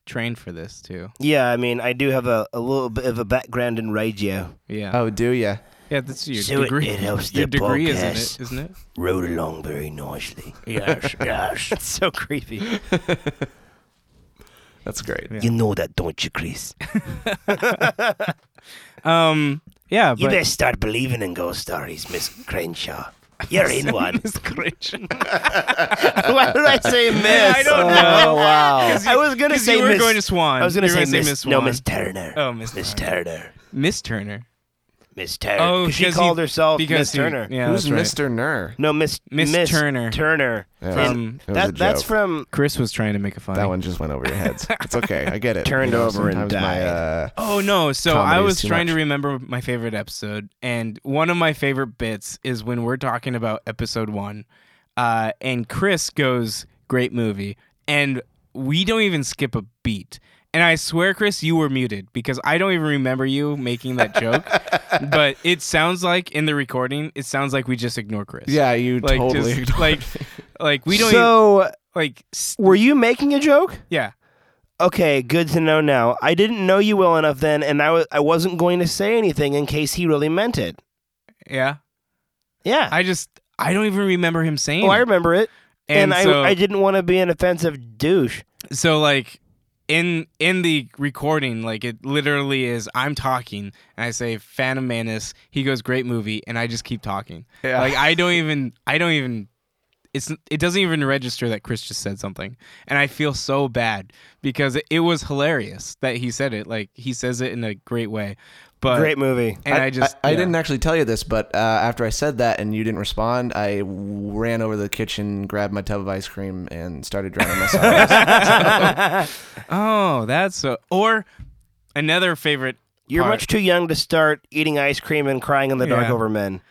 trained for this too.
Yeah, I mean, I do have a, a little bit of a background in radio.
Yeah.
Oh, do ya?
yeah, that's your
so it-
degree.
it helps
your
the
degree,
podcast.
isn't it? Isn't it?
Rode along very nicely.
Yes, yes.
That's so creepy.
That's great.
Yeah.
You know that, don't you, Chris?
Um yeah,
You
but
best start believing in ghost stories, Miss Crenshaw. You're in one.
Miss Cringe.
Why did I say miss?
I don't know.
Oh, wow. I was gonna
Because you
say
were
miss.
going to Swan.
I was gonna
You were
say,
gonna say
miss.
Miss
No,
Swan.
Miss Turner.
Oh, Miss
Miss
Turner.
Turner.
Miss Turner.
Miss Turner.
Oh,
'Cause she
'cause
called
he-
herself Miss
because he-
Turner.
Yeah,
Who's
that's right.
Mr. Ner?
No, Miss
Miss Turner.
Turner.
Yeah,
From-
it was a
That, that's
joke.
from
Chris was trying to make a fun.
That one just went over your heads. It's okay. I get it.
Turned over and
sometimes my,
died.
uh,
Oh no! So
Comedy
I
is
was
too
trying to
much.
remember my favorite episode, and one of my favorite bits is when we're talking about episode one, uh, and Chris goes, "Great movie," and we don't even skip a beat. And I swear, Chris, you were muted because I don't even remember you making that joke. but it sounds like in the recording, it sounds like we just ignore Chris.
yeah, you
like
totally.
just like, like we don't e- even,
So,
like s-
were you making a joke?
yeah.
Okay, good to know now. I didn't know you well enough then, and I w- I wasn't going to say anything in case he really meant it.
Yeah.
Yeah.
I just I don't even remember him saying.
oh, I
it.
remember it. And,
so-
I, I didn't want to be an offensive douche.
so like in in the recording like it literally is i'm talking and i say phantom menace he goes great movie and i just keep talking
Yeah.
like i don't even i don't even it's it doesn't even register that chris just said something and i feel so bad because it, it was hilarious that he said it like he says it in a great way but
Great movie.
and i, just
I,
yeah.
didn't actually tell you this, but uh, after I said that and you didn't respond, I w- ran over to the kitchen, grabbed my tub of ice cream, and started drowning myself.
oh that's so or another favorite
You're
part.
much too young to start eating ice cream and crying in the dark
Yeah.
over men.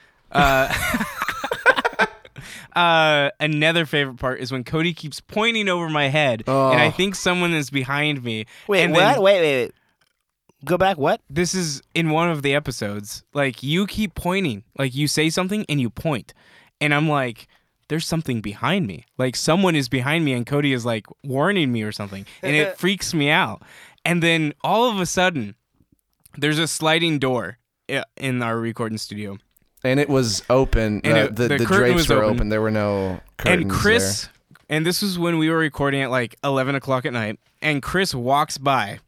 uh, another favorite part is when Cody keeps pointing over my head, and I
Oh.
think someone is behind me.
Wait,
and
what?
then-
wait, wait, wait. Go back. What?
This is in one of the episodes. Like you keep pointing, like you say something and you point, and I'm like, there's something behind me. Like someone is behind me and Cody is like warning me or something. And it freaks me out. And then all of a sudden, there's a sliding door i- in our recording studio.
and it was open.
And
uh,
it-
the
the
the,
curtain
drapes
was
were
open.
open. There were no curtains.
and
there.
Chris, and this was when we were recording at like 11 o'clock at night, and Chris walks by.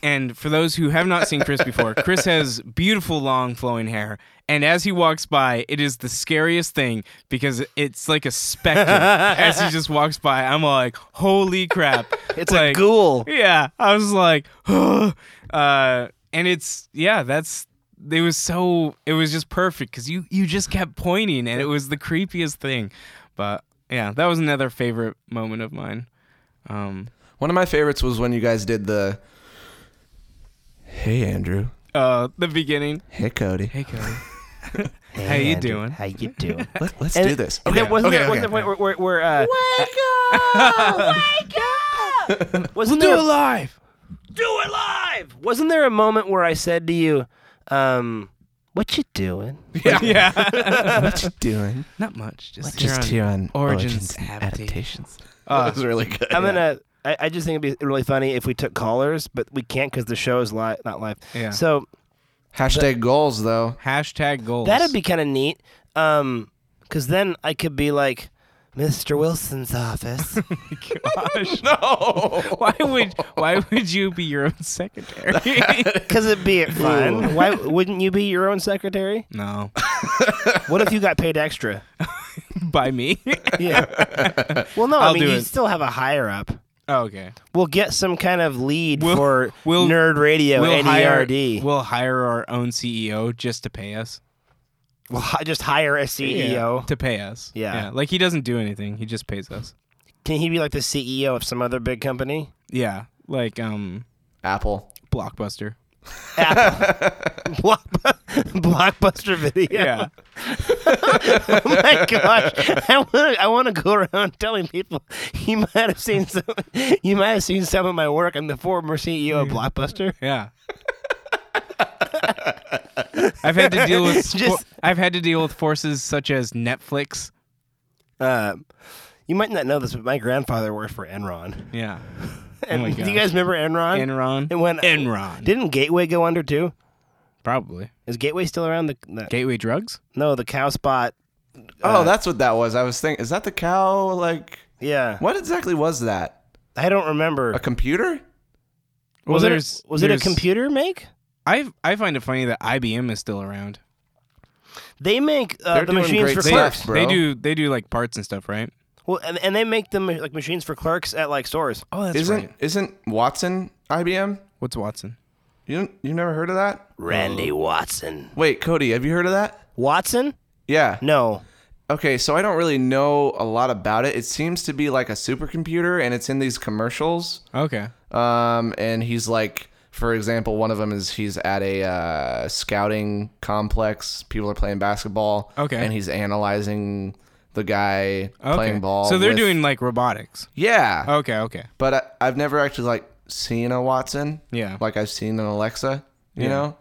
And for those who have not seen Chris before, Chris has beautiful long flowing hair. And as he walks by, it is the scariest thing because it's like a specter. as he just walks by, I'm like, holy crap.
It's
like,
a ghoul.
yeah, I was like, uh, and it's yeah, that's it was so it was just perfect because you you just kept pointing and it was the creepiest thing, but yeah, that was another favorite moment of mine. Um,
One of my favorites was when you guys did the. Hey Andrew.
uh, the beginning.
Hey Cody.
Hey, Cody. How you
Andy,
doing?
How you doing?
Let, let's
And-
do this.
and then wasn't
okay,
there,
okay.
wasn't there a point where, where, where uh,
Wake up! Wake up!
wasn't
Do
there
it
a,
live.
do it live? Wasn't there a moment where I said to you, um, "What you doing?"
Yeah,
what you doing?
not much. Just,
Just
here
here
on
on
Origins,
and
adaptations.
that was really good.
Uh, I'm gonna. I, I just think it'd be really funny if we took callers, but we can't because the show is live, not live.
Yeah.
So
Hashtag goals though.
Hashtag goals.
That'd be kind of neat. Um, because then I could be like Mr. Wilson's office.
Gosh.
Oh.
No.
Why would why would you be your own secretary?
Because it'd be fun. Why wouldn't you be your own secretary?
no,
What if you got paid extra?
by me.
Yeah. Well, no,
I'll
I mean
do
you
it.
still have a higher up.
Oh, okay.
We'll get some kind of lead
We'll-
for
we'll-
Nerd Radio E
we'll
NERD.
hire, we'll hire our own CEO just to pey us.
We'll hi- just hire a CEO.
To pay us.
E Yeah.
Like he doesn't do anything. He just pays us.
Can he be like the CEO of some other big company?
Yeah. Like um
Apple.
Blockbuster.
Block- Blockbuster Video.
Yeah.
oh my gosh! I want to. I want to go around telling people you might have seen some. You might have seen some of my work. I'm the former CEO of Blockbuster.
Yeah. I've had to deal with spo-
Just-
I've had to deal with forces such as Netflix.
Uh, you might not know this, but my grandfather worked for Enron.
Yeah.
And
my
do you
gosh.
guys remember Enron?
Enron.
And when
Enron.
didn't Gateway go under too?
Probably.
Is Gateway still around? The, the-
Gateway Drugs?
no, the cow spot. Uh,
Oh, that's what that was. I was thinking, is that the cow? Like,
Yeah,
what exactly was that?
I don't remember.
A computer?
Well,
was it
there's-
a, was it a
there's-
computer make?
I I find it funny that IBM is still around.
They make uh,
They're
the
doing
machines
great
for
stuff.
clerks.
Bro.
They do they do like parts and stuff, right?
Well, and, and they make them like machines for clerks at like stores.
Oh, that's
isn't isn't Watson IBM?
What's Watson?
You you've never heard of that?
Randy Watson.
Wait, Cody, have you heard of that?
Watson?
Yeah.
No.
Okay, so I don't really know a lot about it. It seems to be like a supercomputer, and it's in these commercials.
Okay.
Um, and he's like, for example, one of them is he's at a uh, scouting complex. People are playing basketball.
Okay.
and he's analyzing the guy playing ball.
So they're
with-
doing Oh. like robotics.
yeah.
Okay, okay.
but I, I've never actually like seen a Watson.
Yeah.
Like I've seen an Alexa. You know,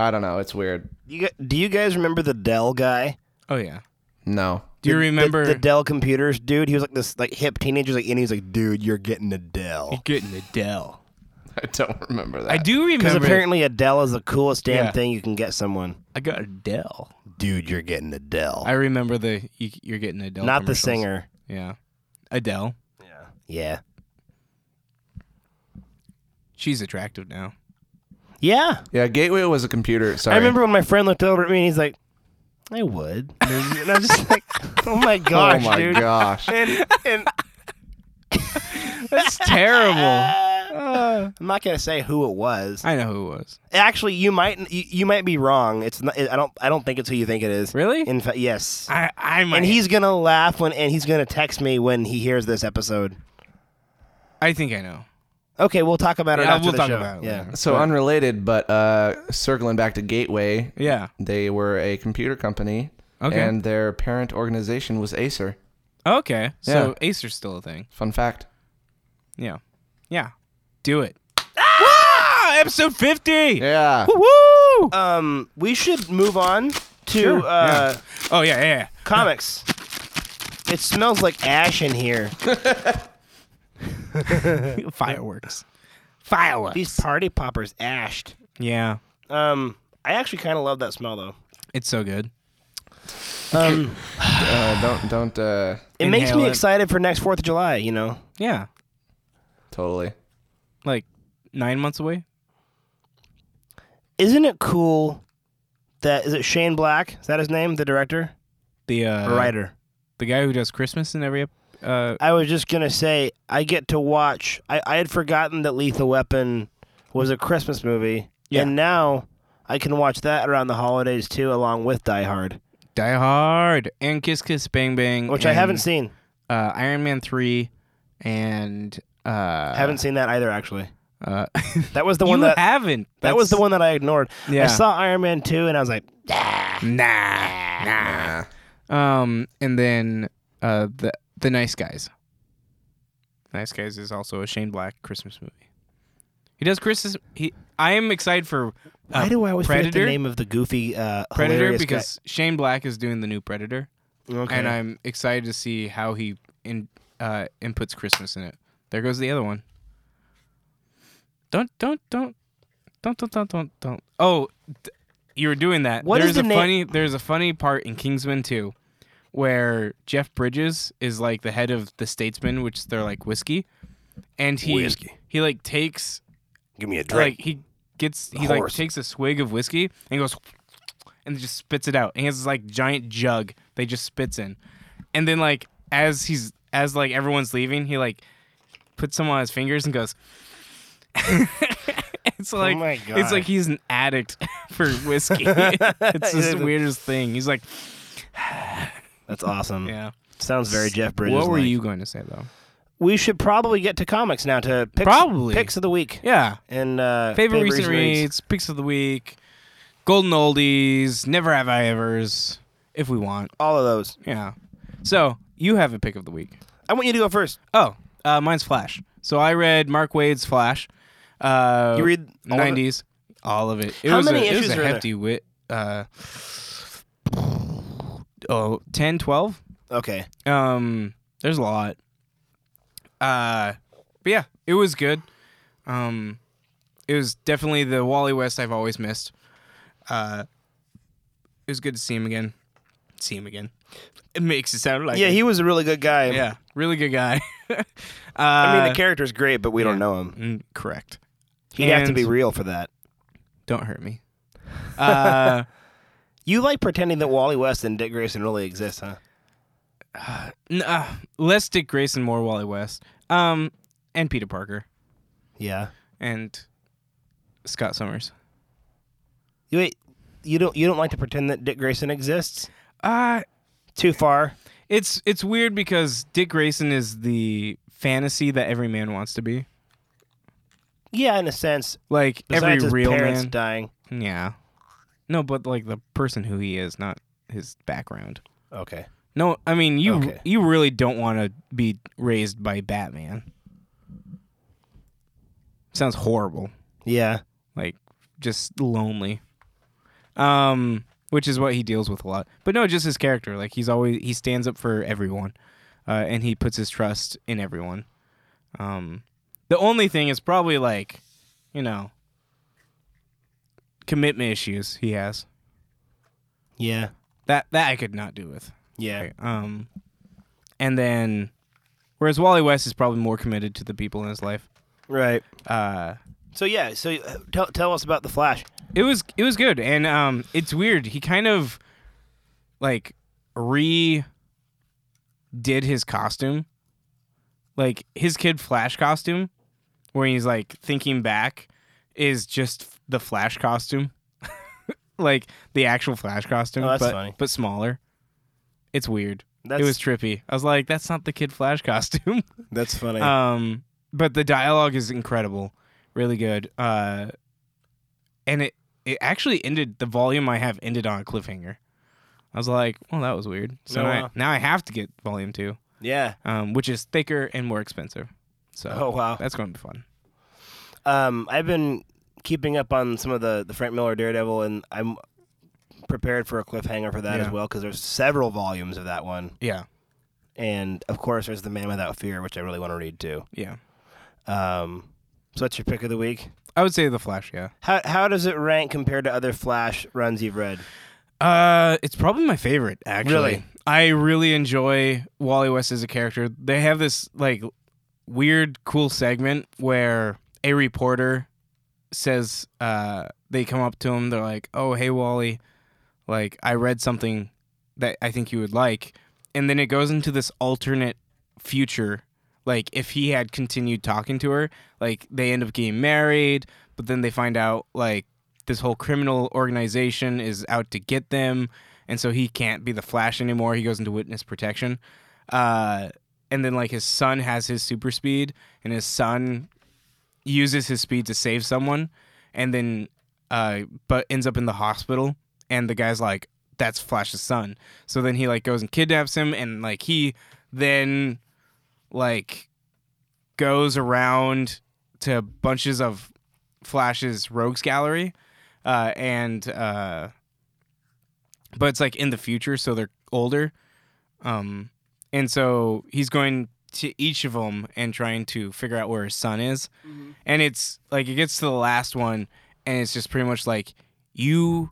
I don't know. It's weird.
You gu- do you guys remember the Dell guy?
Oh yeah.
No.
Do you remember
the, the Dell computers dude? He was like this like hip teenager like and he was like, "Dude, you're getting a Dell."
getting a Dell?
I don't remember that.
I do
Cuz
remember.
Uh, apparently a Dell is the coolest damn
Yeah.
thing you can get someone.
I got a Dell.
Dude, you're getting a Dell.
I remember the you, you're getting a Dell.
Not the
commercials.
singer.
Yeah. Adele.
Yeah.
She's attractive now.
Yeah.
Yeah, Gateway was a computer. Sorry.
I remember when my friend looked over at me and he's like, "I would." And I was just like, "Oh my
Oh
gosh,
my
dude."
gosh.
And, and
That's terrible. Ah.
I'm not gonna say who it was.
I know who it was.
Actually, you might you, you might be wrong. It's not, I don't I don't think it's who you think it is.
Really?
In fact, yes.
I I might.
and he's gonna laugh when and he's gonna text me when he hears this episode.
I think I know.
Okay, we'll talk about it
Yeah,
after
we'll
the
talk
show.
about it
yeah.
later.
So unrelated, but uh, circling back to Gateway,
Yeah.
they were a computer company,
Okay.
and their parent organization was Acer.
Okay. So Acer's still a thing.
Fun fact.
Yeah. Yeah. Do it. Ah! Episode fifty.
Yeah.
Woo!
Uh, Um, we should move on to
Sure,
uh,
oh yeah, yeah. yeah.
comics. It smells like ash in here.
Fireworks. Fireworks.
These party poppers ashed.
yeah.
Um, I actually kind of love that smell though.
It's so good.
Um,
Uh, don't don't uh,
it makes
Inhale
me
it.
excited for next Fourth of July. You know,
Yeah.
totally.
Like nine months away?
isn't it cool that is it Shane Black? Is that his name? The director,
The uh,
Or writer.
the guy who does Christmas in every ep- uh
I was just gonna say I get to watch. I, I had forgotten that Lethal Weapon was a Christmas movie,
Yeah.
and now I can watch that around the holidays too, along with Die Hard,
Die Hard and Kiss Kiss Bang Bang,
which I haven't
and,
seen.
Uh, Iron Man three, and uh,
haven't seen that either, actually.
uh,
That was the
you
one that
haven't.
that was the
That's-
one that I ignored.
Yeah.
I saw Iron Man two, and I was like,
Nah, nah. Um, and then uh, the the Nice Guys. Nice Guys is also a Shane Black Christmas movie. He does Christmas. He I am excited for. Uh,
Why do I always
Predator?
forget the name of the goofy uh,
Predator
hilarious
because Shane Black is doing the new Predator,
guy? Okay.
and I'm excited to see how he in uh inputs Christmas in it. There goes the other one. Don't don't don't don't don't don't don't don't. Oh, d- you were doing that.
What
there's
is the
a
na-
funny there's a funny part in Kingsman 2 where Jeff Bridges is like the head of the Statesman, which they're like whiskey, and he
Whiskey.
he like takes
Give me a
like he gets he like
Horse.
takes a swig of whiskey and goes and just spits it out. And he has this like giant jug they just spits in. And then like as he's as like everyone's leaving, he like puts some on his fingers and goes It's like
my
it's
God.
like he's an addict for whiskey. it's this weirdest thing. He's like,
That's awesome.
yeah.
Sounds very Jeff Bridges.
what were you going to say though?
We should probably get to comics now to picks,
Probably.
picks of the week
Yeah.
and uh,
Favorite, recent,
reads.
reads, picks of the week, golden oldies, never have I ever's, if we want.
All of those.
Yeah. So you have a pick of the week.
I want you to go first.
Oh, uh, mine's Flash. So I read Mark Wade's Flash. Uh,
You read all of it?
nineties, all of it. It
How
was
many
a, it was
issues
a
are there?
hefty wit. Uh, oh, 10, 12?
Okay.
Um, there's a lot. Uh, but yeah, it was good. Um, it was definitely the Wally West I've always missed. Uh, it was good to see him again. See him again. It makes it sound like
Yeah,
it.
he was a really good guy.
Yeah, Uh, really good guy. uh,
I mean, the character's great, but we don't know him.
mm, correct.
He'd have to
And-
be real for that.
Don't hurt me. Uh,
You like pretending that Wally West and Dick Grayson really exist, huh?
n- uh, less Dick Grayson, more Wally West, um, and Peter Parker
Yeah.
and Scott Summers.
You wait. You don't. You don't like to pretend that Dick Grayson exists.
Uh,
Too far.
it's it's weird because Dick Grayson is the fantasy that every man wants to be.
Yeah, in a sense.
Like
Besides
every
his
real
parents
man.
dying.
yeah. No, but like the person who he is, not his background.
Okay.
No, I mean you
Okay.
you really don't want to be raised by Batman. Sounds horrible.
Yeah.
Like just lonely. Um which is what he deals with a lot. But no, just his character. Like he's always he stands up for everyone. Uh, and he puts his trust in everyone. Um the only thing is probably like, you know, commitment issues he has.
Yeah.
That that I could not do with.
Yeah.
Um, and then, whereas Wally West is probably more committed to the people in his life.
Right.
Uh,
So yeah. So uh, tell tell us about the Flash.
it was it was good, and um, it's weird. He kind of like re did his costume, like his kid Flash costume, where he's like thinking back, is just the Flash costume, like the actual Flash costume,
Oh, that's
but
funny.
but smaller. It's weird.
That's
it was trippy. I was like, that's not the kid Flash costume.
that's funny.
Um, but the dialogue is incredible, really good. Uh, and it it actually ended the volume I have ended on a cliffhanger. I was like, well, that was weird. So
Oh,
now, I,
wow.
now I have to get volume two,
yeah.
um, which is thicker and more expensive. So
Oh wow.
that's going to be fun.
Um, I've been keeping up on some of the the Frank Miller Daredevil, and I'm prepared for a cliffhanger for that
Yeah.
as well because there's several volumes of that one.
Yeah,
and of course there's the Man Without Fear, which I really want to read too.
Yeah.
Um, so that's your pick of the week.
I would say The Flash, yeah.
How how does it rank compared to other Flash runs you've read?
Uh, it's probably my favorite actually.
Really?
I really enjoy Wally West as a character. They have this like weird, cool segment where a reporter says, uh, they come up to him, they're like, "Oh, hey, Wally, like I read something that I think you would like," and then it goes into this alternate future. Like if he had continued talking to her, like they end up getting married, but then they find out like this whole criminal organization is out to get them, and so he can't be the Flash anymore. He goes into witness protection, uh, and then like his son has his super speed, and his son uses his speed to save someone, and then uh, but ends up in the hospital, and the guy's like, "That's Flash's son." So then he like goes and kidnaps him, and like he then like goes around to bunches of Flash's rogues gallery, uh, and uh, but it's like in the future, so they're older, um, and so he's going to each of them and trying to figure out where his son is, and it's like it gets to the last one, and it's just pretty much like you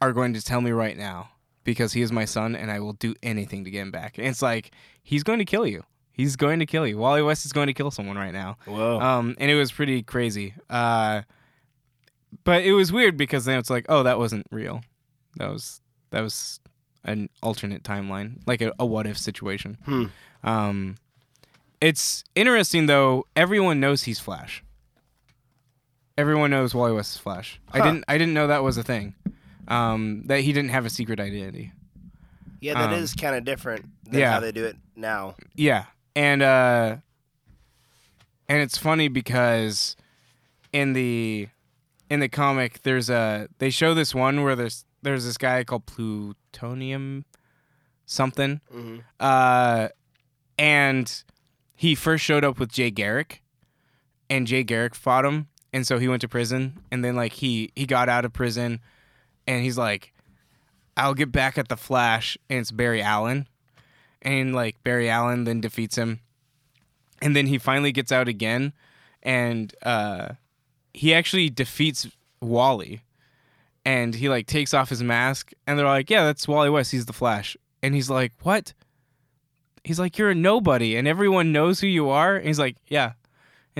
are going to tell me right now because he is my son and I will do anything to get him back. And it's like he's going to kill you. He's going to kill you. Wally West is going to kill someone right now.
Whoa.
Um, and it was pretty crazy. Uh, but it was weird because then it's like, oh, that wasn't real. That was that was an alternate timeline, like a, a what if situation.
Hmm.
Um, it's interesting though. Everyone knows he's Flash. Everyone knows Wally West is Flash. I
Huh.
didn't I didn't know that was a thing. Um, that he didn't have a secret identity.
yeah, that
um,
is kind of different than
yeah.
how they do it now.
Yeah. And uh and it's funny because in the in the comic there's a they show this one where there's there's this guy called Plutonium something. Uh and he first showed up with Jay Garrick and Jay Garrick fought him and so he went to prison and then like he he got out of prison and he's like I'll get back at the Flash and it's Barry Allen and like Barry Allen then defeats him. And then he finally gets out again and uh he actually defeats Wally and he like takes off his mask and they're like, "Yeah, that's Wally West, he's the Flash." And he's like, "What?" He's like, "You're a nobody and everyone knows who you are." And he's like, "Yeah." And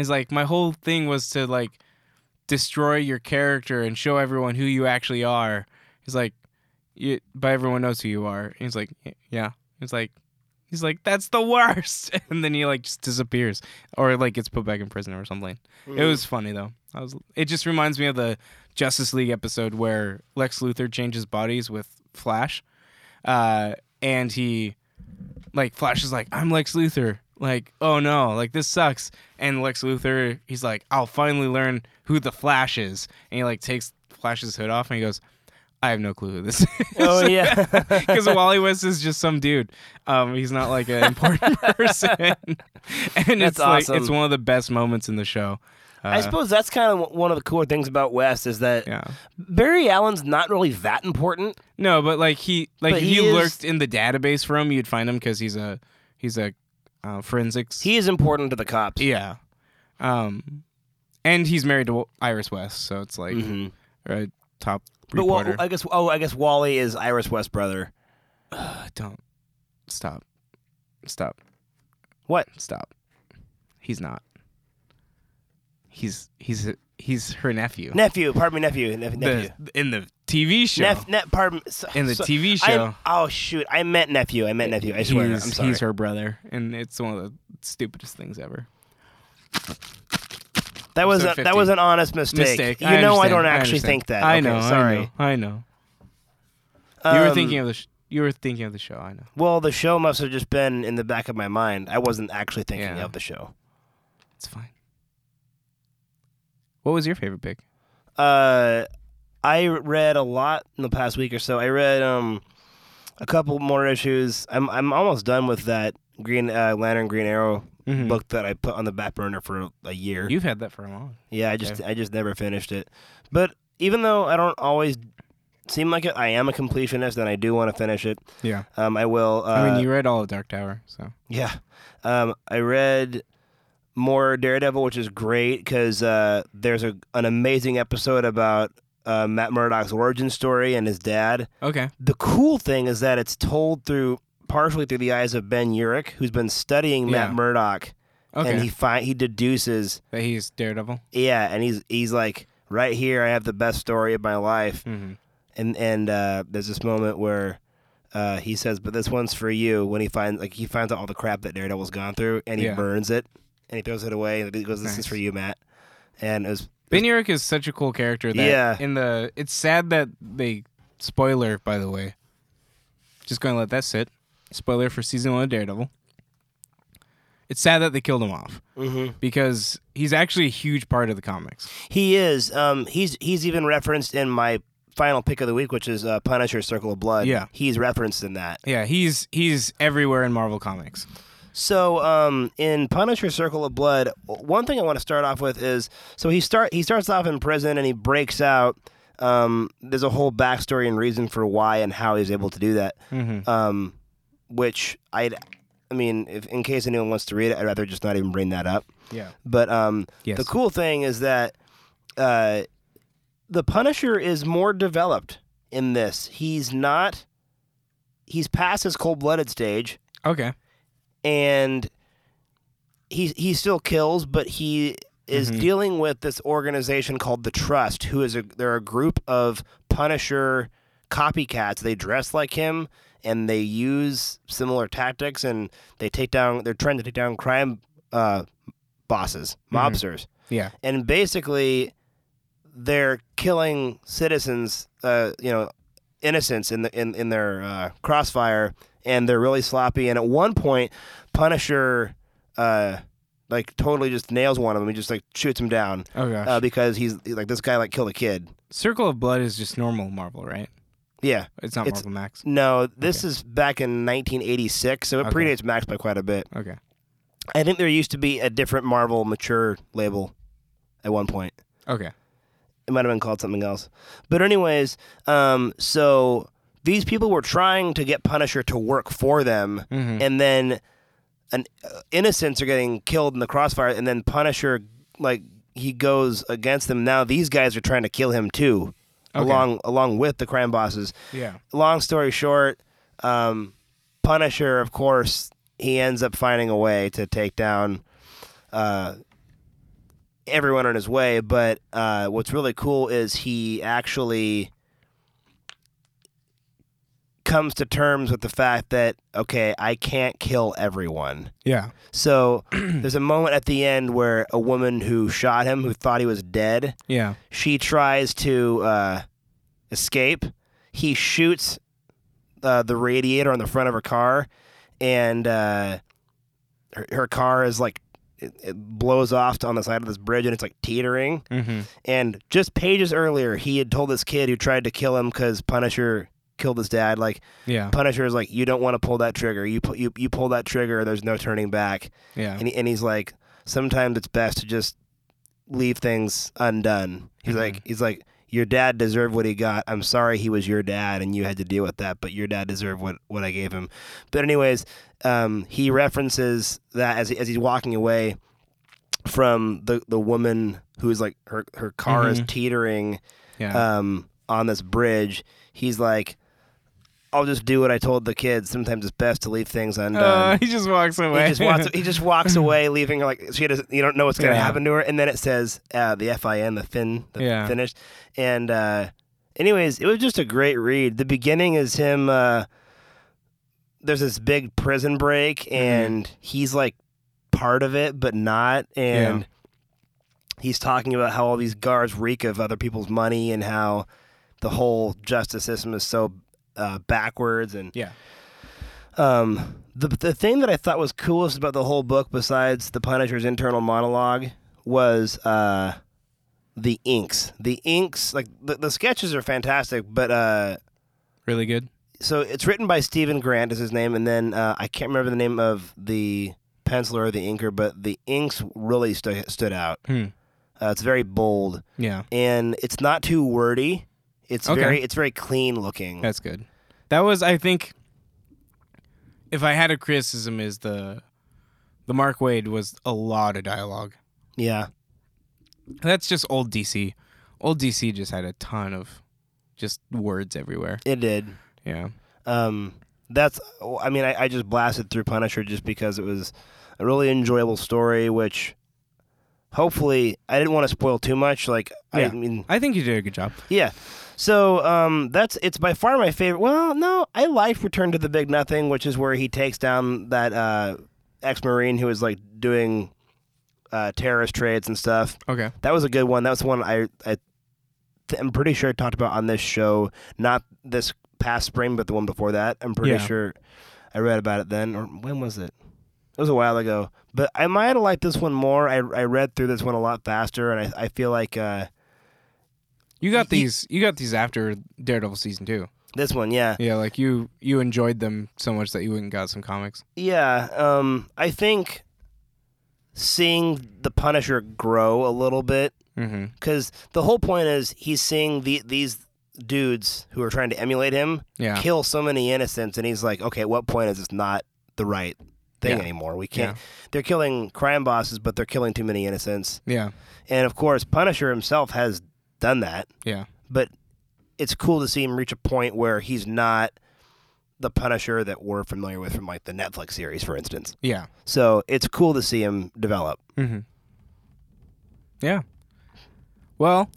he's like, "My whole thing was to like destroy your character and show everyone who you actually are." He's like, you, but everyone knows who you are. And he's like, "Y- yeah. He's like, he's like, that's the worst. And then he like just disappears, or like gets put back in prison or something. It was funny though. I was. It just reminds me of the Justice League episode where Lex Luthor changes bodies with Flash, uh, and he, like, Flash is like, I'm Lex Luthor. Like, oh no, like this sucks. And Lex Luthor, he's like, I'll finally learn who the Flash is. And he like takes Flash's hood off and he goes, I have no clue who this is.
Oh yeah.
Because Wally West is just some dude. Um, he's not like an important person, and it's
awesome.
like it's one of the best moments in the show.
I suppose that's kind of one of the cooler things about West is that
Uh, Yeah.
Barry Allen's not really that important.
No, but like he like
But
if
he
you
is-
lurked in the database for him, you'd find him because he's a he's a uh, forensics.
He is important to the cops.
yeah. Um, and he's married to Wa- Iris West, so it's like
Mhm.
a top
But well,
reporter.
I guess oh, I guess Wally is Iris West brother.
Ugh, don't stop, stop.
What?
Stop. He's not. He's he's he's her nephew.
Nephew, pardon me, nephew, nep- nephew.
The- in the TV show.
Nep, nep, pardon. so-
in the
so-
TV
I-
show.
oh shoot, I meant nephew. I meant nephew. I swear. I'm
he's,
sorry.
he's her brother, and it's one of the stupidest things ever.
that was
episode
a, that
50.
was an honest mistake.
Mistake.
You know, I
understand,
don't actually
understand.
think that.
I
Okay,
know.
Sorry.
I know. I know. you were
Um,
thinking of the. Sh- you were thinking of the show. I know.
Well, the show must have just been in the back of my mind. I wasn't actually thinking
Yeah.
of the show.
It's fine. What was your favorite pick?
Uh, I read a lot in the past week or so. I read um a couple more issues. I'm I'm almost done with that Green uh, Lantern Green Arrow
Mhm.
book that I put on the back burner for a year.
You've had that for a long.
yeah, I just I just never finished it. But even though I don't always seem like it. I am a completionist, and I do want to finish it.
Yeah.
Um, I will. Uh,
I mean, you read all of Dark Tower, so
Yeah. Um, I read more Daredevil, which is great because uh, there's a, an amazing episode about uh, Matt Murdock's origin story and his dad.
okay.
The cool thing is that it's told through partially through the eyes of Ben Urich, who's been studying
Yeah.
Matt Murdock,
Okay.
and he fi- he deduces,
that he's Daredevil.
yeah, and he's he's like, right here, I have the best story of my life,
Mm-hmm.
and and uh, there's this moment where uh, he says, "But this one's for you." When he finds like he finds out all the crap that Daredevil's gone through, and he
Yeah.
burns it, and he throws it away, and he goes, "This is
Nice.
for you, Matt." And it was
Ben Urich is such a cool character. That
Yeah.
In the it's sad that they spoiler by the way. Just going to let that sit. Spoiler for season one of Daredevil. It's sad that they killed him off
Mm-hmm.
because he's actually a huge part of the comics.
he is um, he's he's even referenced in my final pick of the week, which is uh, Punisher: Circle of Blood.
Yeah.
he's referenced in that.
Yeah, he's he's everywhere in Marvel comics.
So um, in Punisher: Circle of Blood, one thing I want to start off with is so he start he starts off in prison and he breaks out. Um, there's a whole backstory and reason for why and how he's able to do that.
Mm-hmm.
Um, which I, I mean, if in case anyone wants to read it, I'd rather just not even bring that up.
Yeah.
But um,
Yes.
the cool thing is that uh, the Punisher is more developed in this. He's not. He's past his cold-blooded stage
Okay.
and he he still kills, but he is dealing with this organization called the Trust, who is a they're a group of Punisher copycats. They dress like him and they use similar tactics, and they take down. They're trying to take down crime uh, bosses, mobsters
Yeah.
and basically they're killing citizens uh, you know innocents in the in, in their uh, crossfire and they're really sloppy and at one point punisher uh, like totally just nails one of them he just like shoots him down
Oh gosh.
uh, because he's like this guy like killed a kid
Circle of Blood is just normal Marvel, right?
yeah
It's not
It's-
Marvel Max.
no this is back in 1986 so it
Okay.
predates max by quite a bit
Okay.
i think there used to be a different marvel mature label at one point
Okay.
it might have been called something else. But anyways, um, so these people were trying to get Punisher to work for them,
Mhm.
and then an uh, innocents are getting killed in the crossfire, and then Punisher like he goes against them. Now these guys are trying to kill him too,
Okay.
along along with the crime bosses.
Yeah.
Long story short, um, Punisher, of course, he ends up finding a way to take down uh, everyone on his way. But uh, what's really cool is he actually comes to terms with the fact that okay, I can't kill everyone.
Yeah.
So there's a moment at the end where a woman who shot him, who thought he was dead,
Yeah.
she tries to uh, escape. He shoots uh, the radiator on the front of her car, and uh, her, her car is like it, it blows off on the side of this bridge, and it's like teetering.
Mm-hmm.
And just pages earlier, he had told this kid who tried to kill him because Punisher killed his dad, like
Yeah.
Punisher is like, you don't want to pull that trigger. You pu- you you pull that trigger, there's no turning back.
Yeah.
And, he, and he's like, sometimes it's best to just leave things undone.
Mm-hmm.
He's like, he's like, your dad deserved what he got. I'm sorry he was your dad and you had to deal with that, but your dad deserved what, what I gave him. But anyways, um, he references that as he, as he's walking away from the the woman who's like her her car is teetering
Mm-hmm. Yeah.
um, on this bridge. He's like, I'll just do what I told the kids. Sometimes it's best to leave things undone.
Uh, he just walks away.
He just walks. He just walks away, leaving her like she doesn't. You don't know what's gonna
Yeah.
happen to her. And then it says uh, the fin, the fin, the
Yeah.
finish. And uh, anyways, it was just a great read. The beginning is him. Uh, there's this big prison break,
Mm-hmm.
and he's like part of it, but not. And he's talking about how all these guards reek of other people's money, and how the whole justice system is so uh, backwards and
yeah.
um, the the thing that I thought was coolest about the whole book, besides the Punisher's internal monologue, was uh, the inks. The inks, like the, the sketches, are fantastic. But uh,
Really good.
so it's written by Stephen Grant is his name, and then uh, I can't remember the name of the penciler or the inker, but the inks really stu- stood out.
Hmm.
Uh, it's very bold,
Yeah.
and it's not too wordy. It's
Okay.
very it's very clean looking.
That's good. That was, I think, if I had a criticism, is the the Mark Wade was a lot of dialogue.
yeah.
That's just old DC. Old DC just had a ton of just words everywhere.
It did.
Yeah.
Um, that's, I mean, I, I just blasted through Punisher just because it was a really enjoyable story, which hopefully I didn't want to spoil too much. Like, I
Yeah.
mean,
I think you did a good job.
yeah. So um, that's it's by far my favorite. Well, no, I liked Return to the Big Nothing, which is where he takes down that uh, ex-marine who was like doing uh, terrorist trades and stuff.
Okay.
That was a good one. That was one I, I th- I'm pretty sure I talked about on this show, not this past spring, but the one before that. I'm pretty
Yeah.
sure I read about it then, or when was it? It was a while ago, but I might have liked this one more. I, I read through this one a lot faster, and I, I feel like uh,
You got these. You got these after Daredevil season two.
this one, yeah,
Yeah, like you you enjoyed them so much that you went and got some comics.
yeah. Um, I think seeing the Punisher grow a little bit
Mm-hmm.
because the whole point is he's seeing the, these dudes who are trying to emulate him
Yeah.
kill so many innocents and he's like okay at what point is this not the right thing
Yeah.
anymore we can't they're killing crime bosses but they're killing too many innocents
Yeah.
and of course punisher himself has done that
Yeah.
but it's cool to see him reach a point where he's not the punisher that we're familiar with from like the netflix series for instance
Yeah.
so it's cool to see him develop
Mm-hmm. Yeah. Well,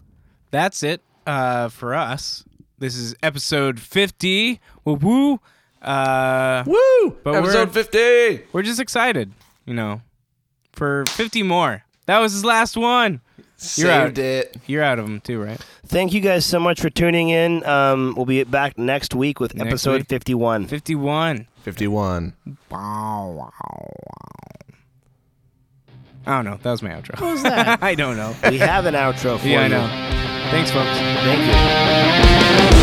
that's it uh, for us. This is episode 50. Woo woo. Uh,
Woo!
But
Episode
we're-
50.
we're just excited, you know, for 50 more. That was his last one.
Saved
out.
it.
You're out of them too, right?
thank you guys so much for tuning in um, we'll be back next week with
Next
episode
week.
51
51.
51.
Wow, wow, wow. I don't know. That was my outro. What was that? I don't know.
we have an outro for
yeah, I
you.
know. Thanks, folks.
Thank you.